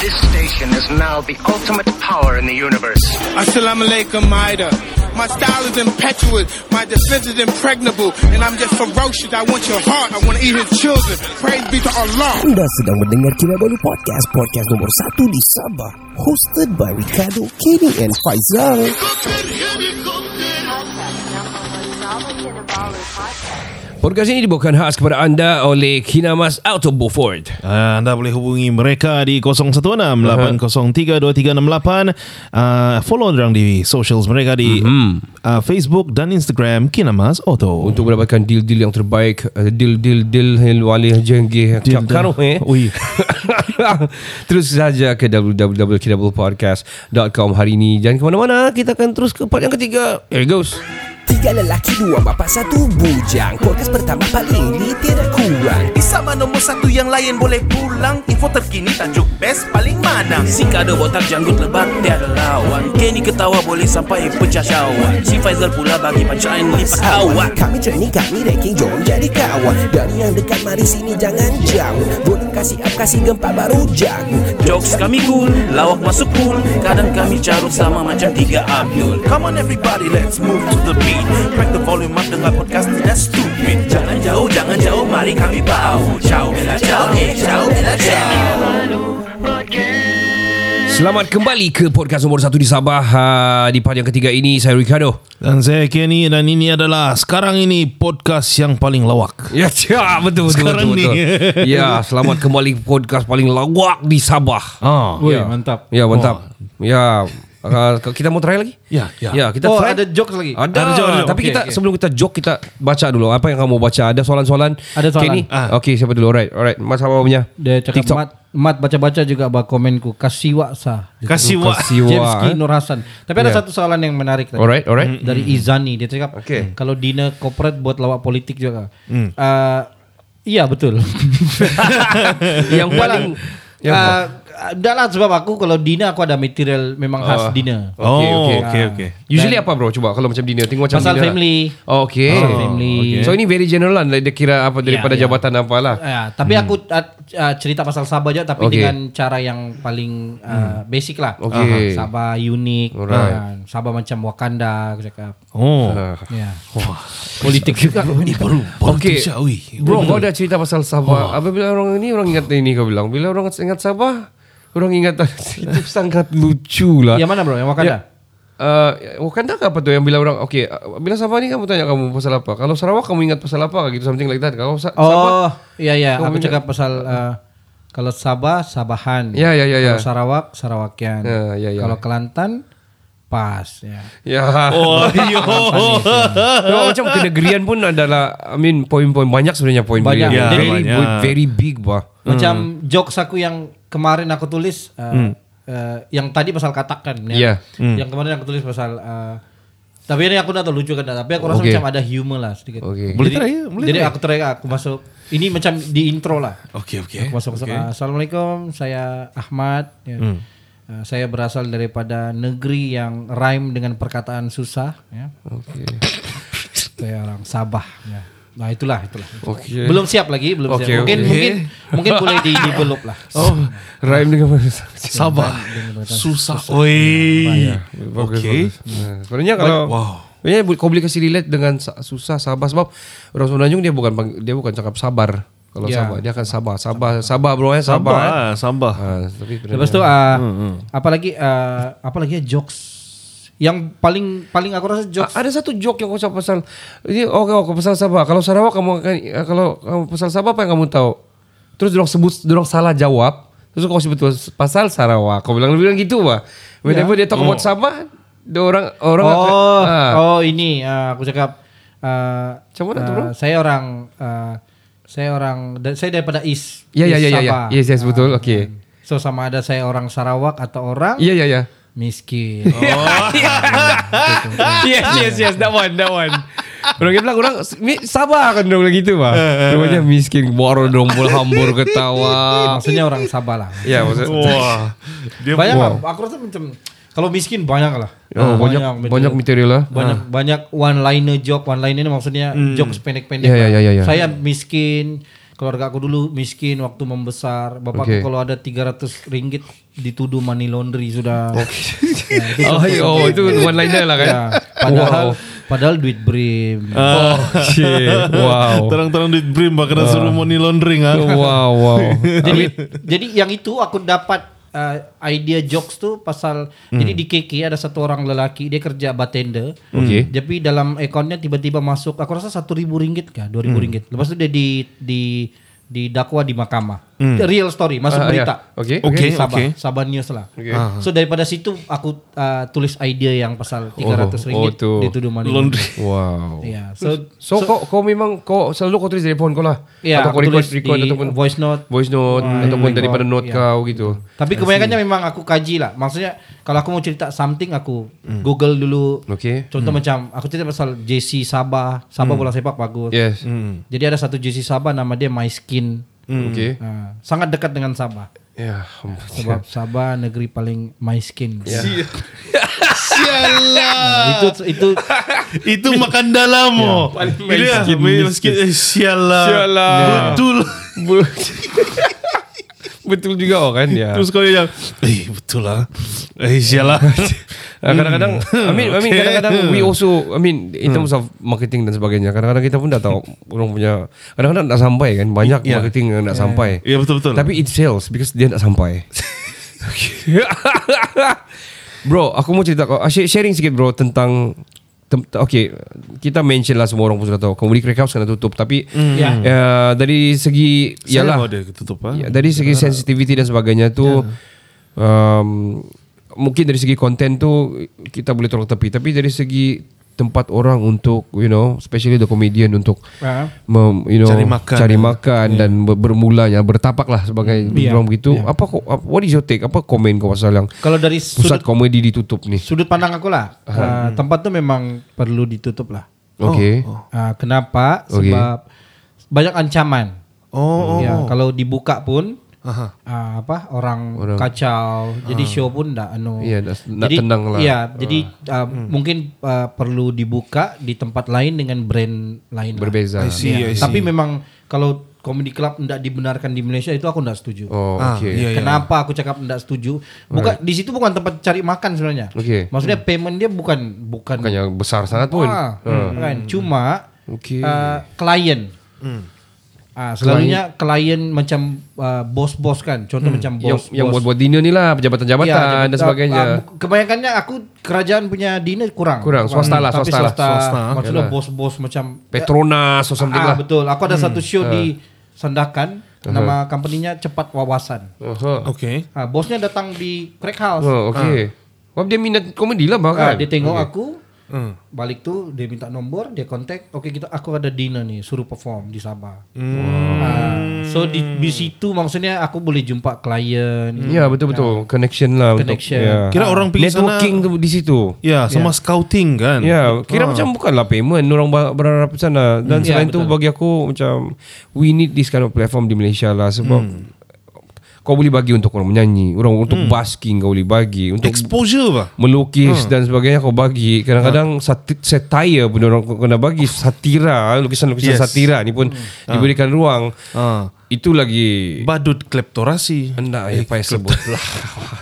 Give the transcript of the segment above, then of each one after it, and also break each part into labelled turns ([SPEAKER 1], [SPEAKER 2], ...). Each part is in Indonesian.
[SPEAKER 1] This station is now the ultimate power in the universe.
[SPEAKER 2] Assalamu alaikum, Ida. My style is impetuous, my defense is impregnable, and I'm just ferocious. I want your heart, I want to eat his children. Praise be to Allah.
[SPEAKER 3] Anda sedang mendengar Kinabalu Podcast, podcast nomor 1 di Sabah. Hosted by Ricardo, Kenny, and Faizal.
[SPEAKER 4] Podcast ini dibawakan khas kepada anda oleh Kinamas Auto Beaufort.
[SPEAKER 5] Uh, anda boleh hubungi mereka di 016-803-2368 uh, Follow orang di socials mereka di uh, Facebook dan Instagram Kinamas Auto
[SPEAKER 4] Mm-hmm. Untuk mendapatkan deal-deal yang terbaik eh, Deal-deal Deal Hil Walih Jenggih
[SPEAKER 5] Deal-
[SPEAKER 4] Karuh eh
[SPEAKER 5] Ui.
[SPEAKER 4] Terus saja ke www.kinabalpodcast.com hari ini Dan ke mana-mana Kita akan terus ke part yang ketiga Here it goes
[SPEAKER 3] Tiga lelaki, dua bapa, satu bujang. Podcast pertama paling ini tidak kurang.
[SPEAKER 6] Di sama nombor satu yang lain boleh pulang Info terkini tajuk best paling mana Si kado botak janggut lebat tiada lawan Kenny ketawa boleh sampai pecah syawak Si Faizal pula bagi punchline lipat
[SPEAKER 3] Awak
[SPEAKER 6] awak
[SPEAKER 3] Kami training, kami ranking, jom jadi kawan Dari yang dekat, mari sini jangan jauh Boleh kasih up, kasih gempa baru jago
[SPEAKER 6] Jokes kami cool, lawak masuk pool Kadang kami carut sama macam tiga Abdul Come on everybody, let's move to the beat Crack the volume up dengan podcast tidak stupid Jangan jauh, jangan jauh, mari kami bau Ciao, bella, ciao, eh, ciao, bella, ciao
[SPEAKER 4] Selamat kembali ke podcast nomor satu di Sabah Ah, Di part yang ketiga ini Saya Ricardo
[SPEAKER 5] Dan saya Kenny dan ini adalah sekarang ini podcast yang paling lawak
[SPEAKER 4] Ya, ya betul betul
[SPEAKER 5] Sekarang
[SPEAKER 4] betul,
[SPEAKER 5] ni.
[SPEAKER 4] betul. Ya, selamat kembali podcast paling lawak di Sabah.
[SPEAKER 5] Ah.
[SPEAKER 7] Woi,
[SPEAKER 4] ya.
[SPEAKER 7] mantap.
[SPEAKER 4] Ya, mantap. Ya, uh, kita mau try lagi?
[SPEAKER 5] Ya, ya.
[SPEAKER 4] Ya, kita
[SPEAKER 7] Oh,
[SPEAKER 4] try.
[SPEAKER 7] ada jokes lagi?
[SPEAKER 4] Ada,
[SPEAKER 5] Ada joke, ada joke.
[SPEAKER 4] Tapi
[SPEAKER 7] Okey,
[SPEAKER 4] kita
[SPEAKER 7] okey.
[SPEAKER 4] sebelum kita jok kita baca dulu apa yang kamu baca. Ada soalan-soalan?
[SPEAKER 7] Ada soalan.
[SPEAKER 4] Kenny?
[SPEAKER 5] Ah.
[SPEAKER 4] Okey, siapa dulu? Alright, alright. Mas apa punya?
[SPEAKER 7] Dia cakap
[SPEAKER 4] TikTok.
[SPEAKER 7] Mat, Mat baca-baca juga bah komenku kasiwa sa. Dia
[SPEAKER 5] Kasih wak
[SPEAKER 4] Kasih
[SPEAKER 7] kata, James
[SPEAKER 4] wak,
[SPEAKER 7] Ki
[SPEAKER 4] eh.
[SPEAKER 7] Nur Hasan. Tapi ada
[SPEAKER 4] Yeah.
[SPEAKER 7] satu soalan yang menarik tadi. Mm-hmm.
[SPEAKER 4] Alright, alright. Mm-hmm.
[SPEAKER 7] Dari Izani dia cakap
[SPEAKER 4] Okay. Mm.
[SPEAKER 7] kalau dinner corporate buat lawak politik juga. Ah, iya betul.
[SPEAKER 4] yang paling
[SPEAKER 7] Ya, dah lah sebab aku kalau dinner aku ada material memang khas dinner.
[SPEAKER 4] Okey,
[SPEAKER 5] Oh,
[SPEAKER 4] okey.
[SPEAKER 5] okay, okay, okay.
[SPEAKER 7] Ah.
[SPEAKER 4] Usually apa bro? Coba kalau macam dinner tengok macam
[SPEAKER 7] Pasal
[SPEAKER 4] dinner.
[SPEAKER 7] family.
[SPEAKER 4] Lah. Oh, okay.
[SPEAKER 7] Pasal family.
[SPEAKER 4] Okay. So ini very general lah. Dia kira apa daripada
[SPEAKER 7] ya.
[SPEAKER 4] jabatan apa lah.
[SPEAKER 7] Ya, tapi aku
[SPEAKER 4] Hmm.
[SPEAKER 7] ah, ah, cerita pasal Sabah aja tapi
[SPEAKER 4] Okey.
[SPEAKER 7] dengan cara yang paling ah, basic lah.
[SPEAKER 4] Okey.
[SPEAKER 7] Ah, Sabah unik,
[SPEAKER 4] Hmm. Alright.
[SPEAKER 7] ah, Sabah macam Wakanda aku cakap.
[SPEAKER 5] Oh,
[SPEAKER 4] Ah.
[SPEAKER 7] Ya. Politik juga.
[SPEAKER 5] baru baru
[SPEAKER 4] Okey.
[SPEAKER 5] tersia, ui.
[SPEAKER 4] Bro, kau dah cerita pasal Sabah. Apa bila orang ini orang ingat ini kau bilang. Bila orang ingat Sabah, orang ingat itu sangat lucu lah.
[SPEAKER 7] Yang mana bro? Yang Wakanda?
[SPEAKER 4] Ya. Uh, Wakanda ke apa tu yang bila orang okay uh, bila Sabah ni kamu tanya kamu pasal apa kalau Sarawak kamu ingat pasal apa gitu something like that kalau Sa-
[SPEAKER 7] Oh,
[SPEAKER 4] Sabah
[SPEAKER 7] iya iya.
[SPEAKER 4] Kau
[SPEAKER 7] Aku
[SPEAKER 4] ingat?
[SPEAKER 7] cakap pasal eh, kalau Sabah Sabahan.
[SPEAKER 4] Ya, ya, ya, ya.
[SPEAKER 7] Kalau Sarawak Sarawakian.
[SPEAKER 4] Ya, ya, ya.
[SPEAKER 7] Kalau Kelantan pas ya.
[SPEAKER 4] ya
[SPEAKER 5] Oh, yo.
[SPEAKER 4] Sebab macam kenegerian pun adalah I mean poin-poin banyak sebenarnya poin
[SPEAKER 7] Banyak.
[SPEAKER 4] dia.
[SPEAKER 5] Ya,
[SPEAKER 4] very
[SPEAKER 5] banyak.
[SPEAKER 4] big- very big bah.
[SPEAKER 7] Macam jokes aku yang kemarin aku tulis eh, eh, yang tadi pasal katakan
[SPEAKER 4] Ya.
[SPEAKER 7] ya. Yang kemarin aku tulis pasal eh, tapi ini aku tak tahu lucu kan tak, tapi aku rasa
[SPEAKER 4] Okey.
[SPEAKER 7] macam ada humor lah sedikit.
[SPEAKER 4] Okey.
[SPEAKER 5] Boleh
[SPEAKER 7] Jadi-
[SPEAKER 5] try ya, boleh
[SPEAKER 7] Jadi
[SPEAKER 5] try.
[SPEAKER 7] aku try aku masuk ini macam di intro lah.
[SPEAKER 5] Okay, okay.
[SPEAKER 7] Aku masuk masuk. ah, Assalamualaikum, saya Ahmad. Ya. Ah, saya berasal daripada negeri yang rhyme dengan perkataan susah. Ya.
[SPEAKER 4] Okey.
[SPEAKER 7] Saya orang Sabah. Ya. Nah itulah itulah.
[SPEAKER 4] Okey.
[SPEAKER 7] Belum siap lagi, belum
[SPEAKER 4] Okey,
[SPEAKER 7] siap. Mungkin
[SPEAKER 4] okey.
[SPEAKER 7] mungkin mungkin boleh di develop lah.
[SPEAKER 4] Oh, rhyme dengan
[SPEAKER 5] Sabar. Susah. Oi. Okay.
[SPEAKER 4] Nah, sebenarnya kalau
[SPEAKER 5] Wow.
[SPEAKER 4] Sebenarnya bu- kau boleh kasih relate dengan sa- susah sabar sebab orang Sundanjung dia bukan pang- dia bukan cakap sabar. Kalau
[SPEAKER 7] Ya.
[SPEAKER 4] sabar dia akan sabar. Sabar sabar bro ya
[SPEAKER 5] Sabar,
[SPEAKER 4] sabar.
[SPEAKER 5] ah, sabar.
[SPEAKER 4] Ah, tapi
[SPEAKER 7] Lepas tu ah, apalagi ah, apalagi ya, jokes yang paling paling aku rasa
[SPEAKER 4] Ah,
[SPEAKER 7] jokes
[SPEAKER 4] ada satu joke yang kau cakap pasal ini oh kau kau pasal Sabah. Kalau Sarawak kamu akan ah, kalau kamu pasal Sabah apa yang kamu tahu? Terus dorong sebut dorong salah jawab. Terus kau sebut pasal Sarawak. Kau bilang bilang gitu bah. Whenever dia talk about Sabah, dia orang orang
[SPEAKER 7] Ya. Hmm. Oh,
[SPEAKER 4] ah.
[SPEAKER 7] oh ini ah, aku cakap. ah,
[SPEAKER 4] Macam mana tu,
[SPEAKER 7] ah,
[SPEAKER 4] bro?
[SPEAKER 7] Saya orang, ah, saya orang, da- saya daripada East.
[SPEAKER 4] Ya ya
[SPEAKER 7] East
[SPEAKER 4] ya ya. ya.
[SPEAKER 7] Sabah.
[SPEAKER 4] Yes yes
[SPEAKER 7] Ah,
[SPEAKER 4] betul. Okey.
[SPEAKER 7] So sama ada saya orang Sarawak atau orang
[SPEAKER 4] Ya ya ya.
[SPEAKER 7] miskin.
[SPEAKER 4] yes, Ah, yes, yes. That one, that one. Orang dia bilang orang "Mi- sabar kan dong gitu
[SPEAKER 7] Eh,
[SPEAKER 4] mah. Namanya miskin boro dombol hambur ketawa.
[SPEAKER 7] Oh, Maksudnya orang Sabah lah.
[SPEAKER 4] Ya maksud
[SPEAKER 5] Wah. Dia
[SPEAKER 7] Banyak lah. Aku rasa macam kalau miskin banyak lah.
[SPEAKER 4] Oh, banyak banyak material lah.
[SPEAKER 7] banyak banyak one liner joke one liner ini maksudnya jokes pendek-pendek.
[SPEAKER 4] Ya, ya,
[SPEAKER 7] lah.
[SPEAKER 4] ya, ya, ya.
[SPEAKER 7] Saya miskin, keluarga aku dulu miskin waktu membesar.
[SPEAKER 4] Oke.
[SPEAKER 7] Bapakku kalau ada 300 ringgit dituduh money laundry sudah. Nah, itu
[SPEAKER 4] Oh,
[SPEAKER 7] satu.
[SPEAKER 4] iya, oh, itu one liner lah kan.
[SPEAKER 7] Ya, padahal padahal duit brim.
[SPEAKER 4] Oh shit. Wow.
[SPEAKER 5] Terang-terang duit brim bahkan suruh money laundering ah.
[SPEAKER 4] Wow, wow.
[SPEAKER 7] jadi jadi yang itu aku dapat uh, idea jokes tuh pasal
[SPEAKER 4] Hmm.
[SPEAKER 7] jadi di KK ada satu orang lelaki dia kerja bartender. Hmm.
[SPEAKER 4] Oke.
[SPEAKER 7] Tapi dalam akunnya tiba-tiba masuk aku rasa satu ribu ringgit kah dua
[SPEAKER 4] Hmm.
[SPEAKER 7] ribu ringgit. Lepas itu dia di di didakwa di mahkamah. Real story
[SPEAKER 4] Hmm. Ah,
[SPEAKER 7] masuk berita.
[SPEAKER 4] ya. Oke, Ah.
[SPEAKER 5] oke,
[SPEAKER 7] Di Sabah
[SPEAKER 5] oke.
[SPEAKER 7] Sabah News lah. Ah. So daripada situ aku uh, tulis idea yang pasal 300 ringgit
[SPEAKER 4] oh, tuh.
[SPEAKER 7] dituduh money
[SPEAKER 5] Laundry.
[SPEAKER 4] Wow.
[SPEAKER 7] Iya. So
[SPEAKER 4] So, kau, kau memang kau selalu kau tulis dari phone kau lah
[SPEAKER 7] Iya,
[SPEAKER 4] atau kau
[SPEAKER 7] Ya, aku
[SPEAKER 4] record
[SPEAKER 7] tulis
[SPEAKER 4] record
[SPEAKER 7] di
[SPEAKER 4] ataupun
[SPEAKER 7] voice Ya. note.
[SPEAKER 4] voice note ataupun
[SPEAKER 7] Hmm. record,
[SPEAKER 4] daripada note
[SPEAKER 7] iya.
[SPEAKER 4] kau gitu.
[SPEAKER 7] Tapi kebanyakannya memang aku kaji lah. Maksudnya kalau aku mau cerita something aku Google dulu.
[SPEAKER 4] Hmm. Oke. Hmm.
[SPEAKER 7] Contoh macam aku cerita pasal JC Sabah. Sabah bola sepak bagus.
[SPEAKER 4] Yes.
[SPEAKER 7] Jadi ada satu JC Sabah nama dia My Skin.
[SPEAKER 4] Oke.
[SPEAKER 7] Nah, sangat dekat dengan Sabah.
[SPEAKER 4] Ya.
[SPEAKER 7] Sebab Sabah negeri paling My Skin.
[SPEAKER 4] Iya.
[SPEAKER 5] Sialah.
[SPEAKER 7] Nah, itu itu
[SPEAKER 5] Itu makan dalam oh.
[SPEAKER 4] Ya.
[SPEAKER 5] Iya, miskin. Eh, Sialah.
[SPEAKER 4] Sialah.
[SPEAKER 5] Betul.
[SPEAKER 4] Betul juga oh kan ya.
[SPEAKER 5] Terus kau yang Eh betul lah Eh sialah
[SPEAKER 4] Nah, Ah, kadang-kadang I mean, I mean
[SPEAKER 5] Hmm. Okay. Hmm.
[SPEAKER 4] kadang-kadang we also I mean in terms of marketing dan sebagainya kadang-kadang kita pun tak tahu orang punya kadang-kadang tak sampai kan banyak
[SPEAKER 5] Yeah.
[SPEAKER 4] marketing yang tak sampai.
[SPEAKER 5] Ya betul-betul
[SPEAKER 4] Tapi it sells because dia tak sampai. bro, aku mau cerita kau. ah, share- Sharing sikit bro tentang tem- Okay Kita mention lah Semua orang pun sudah tahu Comedy Crackhouse kena tutup Tapi
[SPEAKER 7] Ya.
[SPEAKER 4] eh, Dari segi Yalah
[SPEAKER 5] Hmm. Saya ada ketutup ah.
[SPEAKER 4] Ya, dari segi sensitivity dan sebagainya tuh
[SPEAKER 7] Ya.
[SPEAKER 4] um, mungkin dari segi konten tuh kita boleh tolak tepi tapi dari segi tempat orang untuk you know especially the comedian untuk
[SPEAKER 7] Ah.
[SPEAKER 4] mem- you know
[SPEAKER 5] Cari makan.
[SPEAKER 7] ya.
[SPEAKER 4] cari makan dan ber- bermulanya bertapak lah sebagai orang gitu
[SPEAKER 7] Ya.
[SPEAKER 4] apa kok apa what is your take apa komen kau pasal yang
[SPEAKER 7] kalau dari
[SPEAKER 4] pusat Ah.
[SPEAKER 7] sudut
[SPEAKER 4] komedi ditutup nih
[SPEAKER 7] sudut pandang aku lah. uh, tempat tuh memang perlu ditutup lah.
[SPEAKER 4] oke
[SPEAKER 7] Uh, kenapa?
[SPEAKER 4] Oke.
[SPEAKER 7] Sebab banyak ancaman.
[SPEAKER 5] Oh, oh,
[SPEAKER 7] Ya,
[SPEAKER 5] oh.
[SPEAKER 7] kalau dibuka pun ah, apa orang,
[SPEAKER 4] Orang.
[SPEAKER 7] kacau. Jadi show pun enggak anu.
[SPEAKER 4] Iya, nggak- nggak tenang lah.
[SPEAKER 7] Iya, jadi ah,
[SPEAKER 5] Hmm.
[SPEAKER 7] mungkin ah, perlu dibuka di tempat lain dengan brand lain. lah.
[SPEAKER 4] berbeza
[SPEAKER 5] see,
[SPEAKER 7] Iya,
[SPEAKER 5] I see.
[SPEAKER 7] Tapi memang kalau comedy club enggak dibenarkan di Malaysia itu aku enggak setuju.
[SPEAKER 4] oh
[SPEAKER 5] Ah,
[SPEAKER 4] oke
[SPEAKER 7] ya.
[SPEAKER 5] iya, iya.
[SPEAKER 7] Kenapa aku cakap enggak setuju? Bukan di situ bukan tempat cari makan sebenarnya.
[SPEAKER 4] Oke.
[SPEAKER 7] Maksudnya
[SPEAKER 5] Hmm.
[SPEAKER 7] payment dia bukan bukan
[SPEAKER 4] bukan yang besar sangat pun Hmm.
[SPEAKER 7] Ah, kan. Cuma
[SPEAKER 4] Oke.
[SPEAKER 7] eh, klien.
[SPEAKER 4] Hmm.
[SPEAKER 7] Ah, selalunya klien, macam eh, bos-bos kan. Contoh macam
[SPEAKER 4] Hmm. yang,
[SPEAKER 7] bos.
[SPEAKER 4] yang
[SPEAKER 7] bos.
[SPEAKER 4] buat buat dinner ni lah
[SPEAKER 7] Ya,
[SPEAKER 4] pejabatan-jabatan
[SPEAKER 7] jabatan-
[SPEAKER 4] dan sebagainya
[SPEAKER 7] ah, bu- kebanyakannya aku kerajaan punya dinner kurang.
[SPEAKER 4] Kurang, swasta lah,
[SPEAKER 7] Tapi
[SPEAKER 4] swasta lah. Hmm. Swasta,
[SPEAKER 7] Maksudnya
[SPEAKER 4] yalah.
[SPEAKER 7] bos-bos macam
[SPEAKER 4] Petronas or something lah
[SPEAKER 7] Ah,
[SPEAKER 4] Ah.
[SPEAKER 7] betul. Aku ada satu show di Sandakan.
[SPEAKER 4] Uh-huh.
[SPEAKER 7] Nama company-nya Cepat Wawasan.
[SPEAKER 4] Aha.
[SPEAKER 5] Oke
[SPEAKER 7] Ah, bosnya datang di crack house.
[SPEAKER 4] Oh, okay. Sebab dia minat komedi lah
[SPEAKER 7] Ah,
[SPEAKER 4] bahkan.
[SPEAKER 7] dia tengok aku.
[SPEAKER 5] Hmm.
[SPEAKER 7] Balik tu dia minta nombor, dia kontak. Okey kita aku ada dinner ni, suruh perform di Sabah.
[SPEAKER 5] Hmm.
[SPEAKER 7] Ah, so di, di situ maksudnya aku boleh jumpa klien.
[SPEAKER 5] Hmm. Iya,
[SPEAKER 4] Ya betul betul connection lah
[SPEAKER 7] Ah. Connection.
[SPEAKER 4] Untuk, ya.
[SPEAKER 5] Kira orang pergi
[SPEAKER 4] networking
[SPEAKER 5] sana-
[SPEAKER 4] tu di situ.
[SPEAKER 5] Ya sama scouting kan
[SPEAKER 4] Ya, kira macam bukanlah payment orang ba- berharap ke sana dan
[SPEAKER 7] Ya,
[SPEAKER 4] selain tu
[SPEAKER 7] betul.
[SPEAKER 4] bagi aku macam we need this kind of platform di Malaysia lah sebab
[SPEAKER 5] Hmm.
[SPEAKER 4] kau boleh bagi untuk orang menyanyi, orang untuk basking kau boleh bagi, untuk
[SPEAKER 5] Exposure bah
[SPEAKER 4] melukis
[SPEAKER 5] Hmm.
[SPEAKER 4] dan sebagainya kau bagi. Kadang-kadang sati- satire pun orang kau kena bagi, satira, lukisan-lukisan
[SPEAKER 5] Yes. Hmm.
[SPEAKER 4] satira ni pun diberikan ruang.
[SPEAKER 5] Ah.
[SPEAKER 4] Itu lagi
[SPEAKER 5] Badut kleptorasi
[SPEAKER 4] Tidak eh, payah sebut lah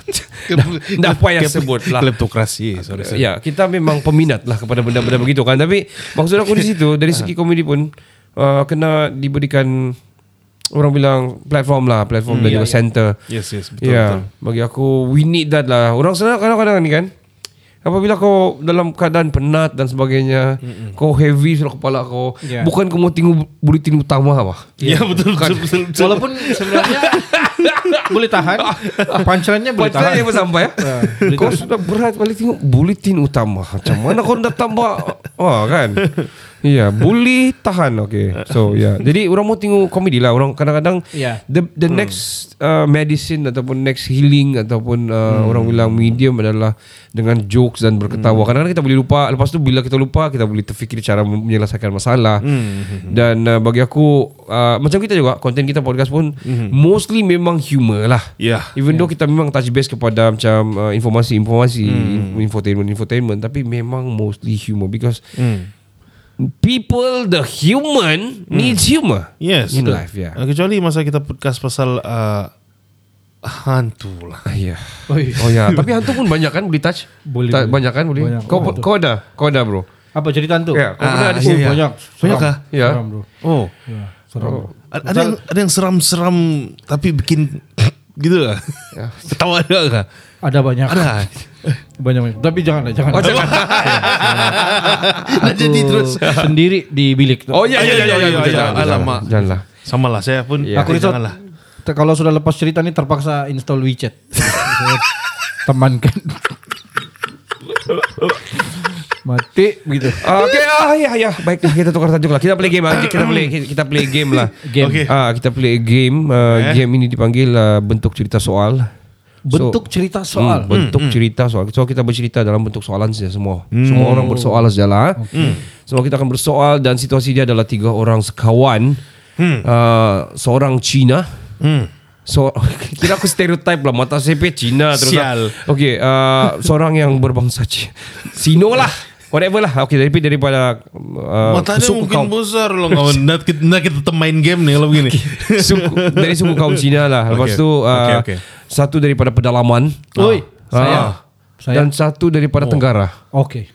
[SPEAKER 4] Tidak payah
[SPEAKER 5] Klep-
[SPEAKER 4] sebut lah
[SPEAKER 5] Kleptokrasi Sorry sorry
[SPEAKER 4] Ya kita memang peminat lah Kepada benda-benda begitu kan Tapi maksud aku di situ Dari
[SPEAKER 5] Ah.
[SPEAKER 4] segi komedi pun uh, Kena diberikan Orang bilang platform lah Platform dan juga center
[SPEAKER 5] Hmm, ya, Yes, yes, betul,
[SPEAKER 4] Ya Bagi aku We need that lah Orang sana kadang-kadang ni kan Apabila kau dalam keadaan penat dan sebagainya Kau heavy sudah kepala kau
[SPEAKER 7] Ya.
[SPEAKER 4] Bukan kau mau tengok buletin utama lah
[SPEAKER 5] Ya betul betul, betul, betul.
[SPEAKER 7] Iya. Kan. Walaupun sebenarnya boleh tahan, pancelannya boleh
[SPEAKER 4] Pantai
[SPEAKER 7] tahan.
[SPEAKER 4] yang sampai ya. Kau sudah berat balik tengok bulletin utama. Macam mana kau nak tambah? Wah kan. Iya, bully tahan okay. So ya. Yeah. Jadi orang mau tengok komedi lah. Orang kadang-kadang
[SPEAKER 7] Ya.
[SPEAKER 4] the the next uh, medicine ataupun next healing ataupun uh, orang bilang medium adalah dengan jokes dan berketawa. Kadang-kadang kita boleh lupa. Lepas tu bila kita lupa, kita boleh terfikir cara menyelesaikan masalah. Dan uh, bagi aku uh, macam kita juga konten kita podcast pun mostly memang humor lah.
[SPEAKER 5] Ya.
[SPEAKER 4] Even though kita memang touch base kepada macam uh,
[SPEAKER 5] Hmm.
[SPEAKER 4] Hmm. informasi-informasi, infotainment-infotainment tapi memang mostly humor because people, the human needs humor.
[SPEAKER 5] Hmm. Yes.
[SPEAKER 4] in
[SPEAKER 5] betul.
[SPEAKER 4] life, ya. yeah.
[SPEAKER 5] Ah, Kecuali masa kita podcast pasal ah, hantu lah.
[SPEAKER 4] Ah, Iya. Oh ya, tapi hantu pun banyak kan beli touch?
[SPEAKER 7] Boleh,
[SPEAKER 4] Ta-
[SPEAKER 7] boleh.
[SPEAKER 4] Banyak kan beli?
[SPEAKER 7] Banyak.
[SPEAKER 4] Kau,
[SPEAKER 7] Oh, Banyak.
[SPEAKER 4] kau ada? Kau ada bro?
[SPEAKER 7] Apa cerita tuh?
[SPEAKER 4] Ya, kau pernah ada
[SPEAKER 7] Oh,
[SPEAKER 4] sih?
[SPEAKER 5] iya.
[SPEAKER 7] banyak.
[SPEAKER 5] Banyak
[SPEAKER 7] Seram.
[SPEAKER 5] kah?
[SPEAKER 4] Iya.
[SPEAKER 7] Seram, bro.
[SPEAKER 5] Oh.
[SPEAKER 7] Ya, seram.
[SPEAKER 5] A- Ada yang ada yang seram-seram tapi bikin gitu lah.
[SPEAKER 4] Ya.
[SPEAKER 5] Tahu ada enggak?
[SPEAKER 7] Ada banyak.
[SPEAKER 5] Ada.
[SPEAKER 7] Banyak, banyak. Tapi jangan, lah, jangan.
[SPEAKER 4] Oh,
[SPEAKER 7] Iya.
[SPEAKER 4] jangan.
[SPEAKER 5] Nah, jadi terus
[SPEAKER 7] sendiri di bilik.
[SPEAKER 4] Oh iya iya iya iya.
[SPEAKER 5] Iya, iya,
[SPEAKER 4] iya,
[SPEAKER 5] iya.
[SPEAKER 4] jangan,
[SPEAKER 5] Alamak.
[SPEAKER 4] jangan. Janganlah.
[SPEAKER 5] sama lah saya pun
[SPEAKER 4] Iya.
[SPEAKER 7] Aku
[SPEAKER 5] aku
[SPEAKER 7] itu
[SPEAKER 5] janganlah.
[SPEAKER 7] te- kalau sudah lepas cerita ini terpaksa install WeChat. Saya Temankan. Mati gitu.
[SPEAKER 4] Oke, ah ya ya, baiklah kita tukar tajuk lah. Kita play game aja, kita play kita play game lah.
[SPEAKER 7] Game.
[SPEAKER 5] Oke.
[SPEAKER 4] Ah, kita play game. Uh,
[SPEAKER 5] Eh.
[SPEAKER 4] Game ini dipanggil uh, bentuk cerita soal.
[SPEAKER 7] Bentuk
[SPEAKER 4] So-
[SPEAKER 7] cerita
[SPEAKER 4] Hmm,
[SPEAKER 7] soal.
[SPEAKER 4] bentuk cerita soal. So kita bercerita dalam bentuk soalan saja semua. Semua orang bersoal sajalah. Semua kita akan bersoal dan situasi dia adalah tiga orang sekawan.
[SPEAKER 5] Hmm.
[SPEAKER 4] Uh, seorang Cina. So kira aku stereotip lah mata CP Cina terus.
[SPEAKER 5] Sial.
[SPEAKER 4] Okey, uh, seorang yang berbangsa Ci- Sino lah. Whatever lah. Okey, tapi daripada uh,
[SPEAKER 5] Matanya
[SPEAKER 4] suku
[SPEAKER 5] mungkin
[SPEAKER 4] kaum-
[SPEAKER 5] besar loh kawan. Nah, kita, nah, kita main game nih kalau begini.
[SPEAKER 4] suku, dari suku kaum Cina lah. Lepas
[SPEAKER 5] Okey.
[SPEAKER 4] tu uh,
[SPEAKER 5] Okey, okey.
[SPEAKER 4] satu daripada pedalaman.
[SPEAKER 7] Oi,
[SPEAKER 4] Ah.
[SPEAKER 7] saya.
[SPEAKER 4] Ah.
[SPEAKER 7] Saya.
[SPEAKER 4] Dan satu daripada Tenggara.
[SPEAKER 7] Oke.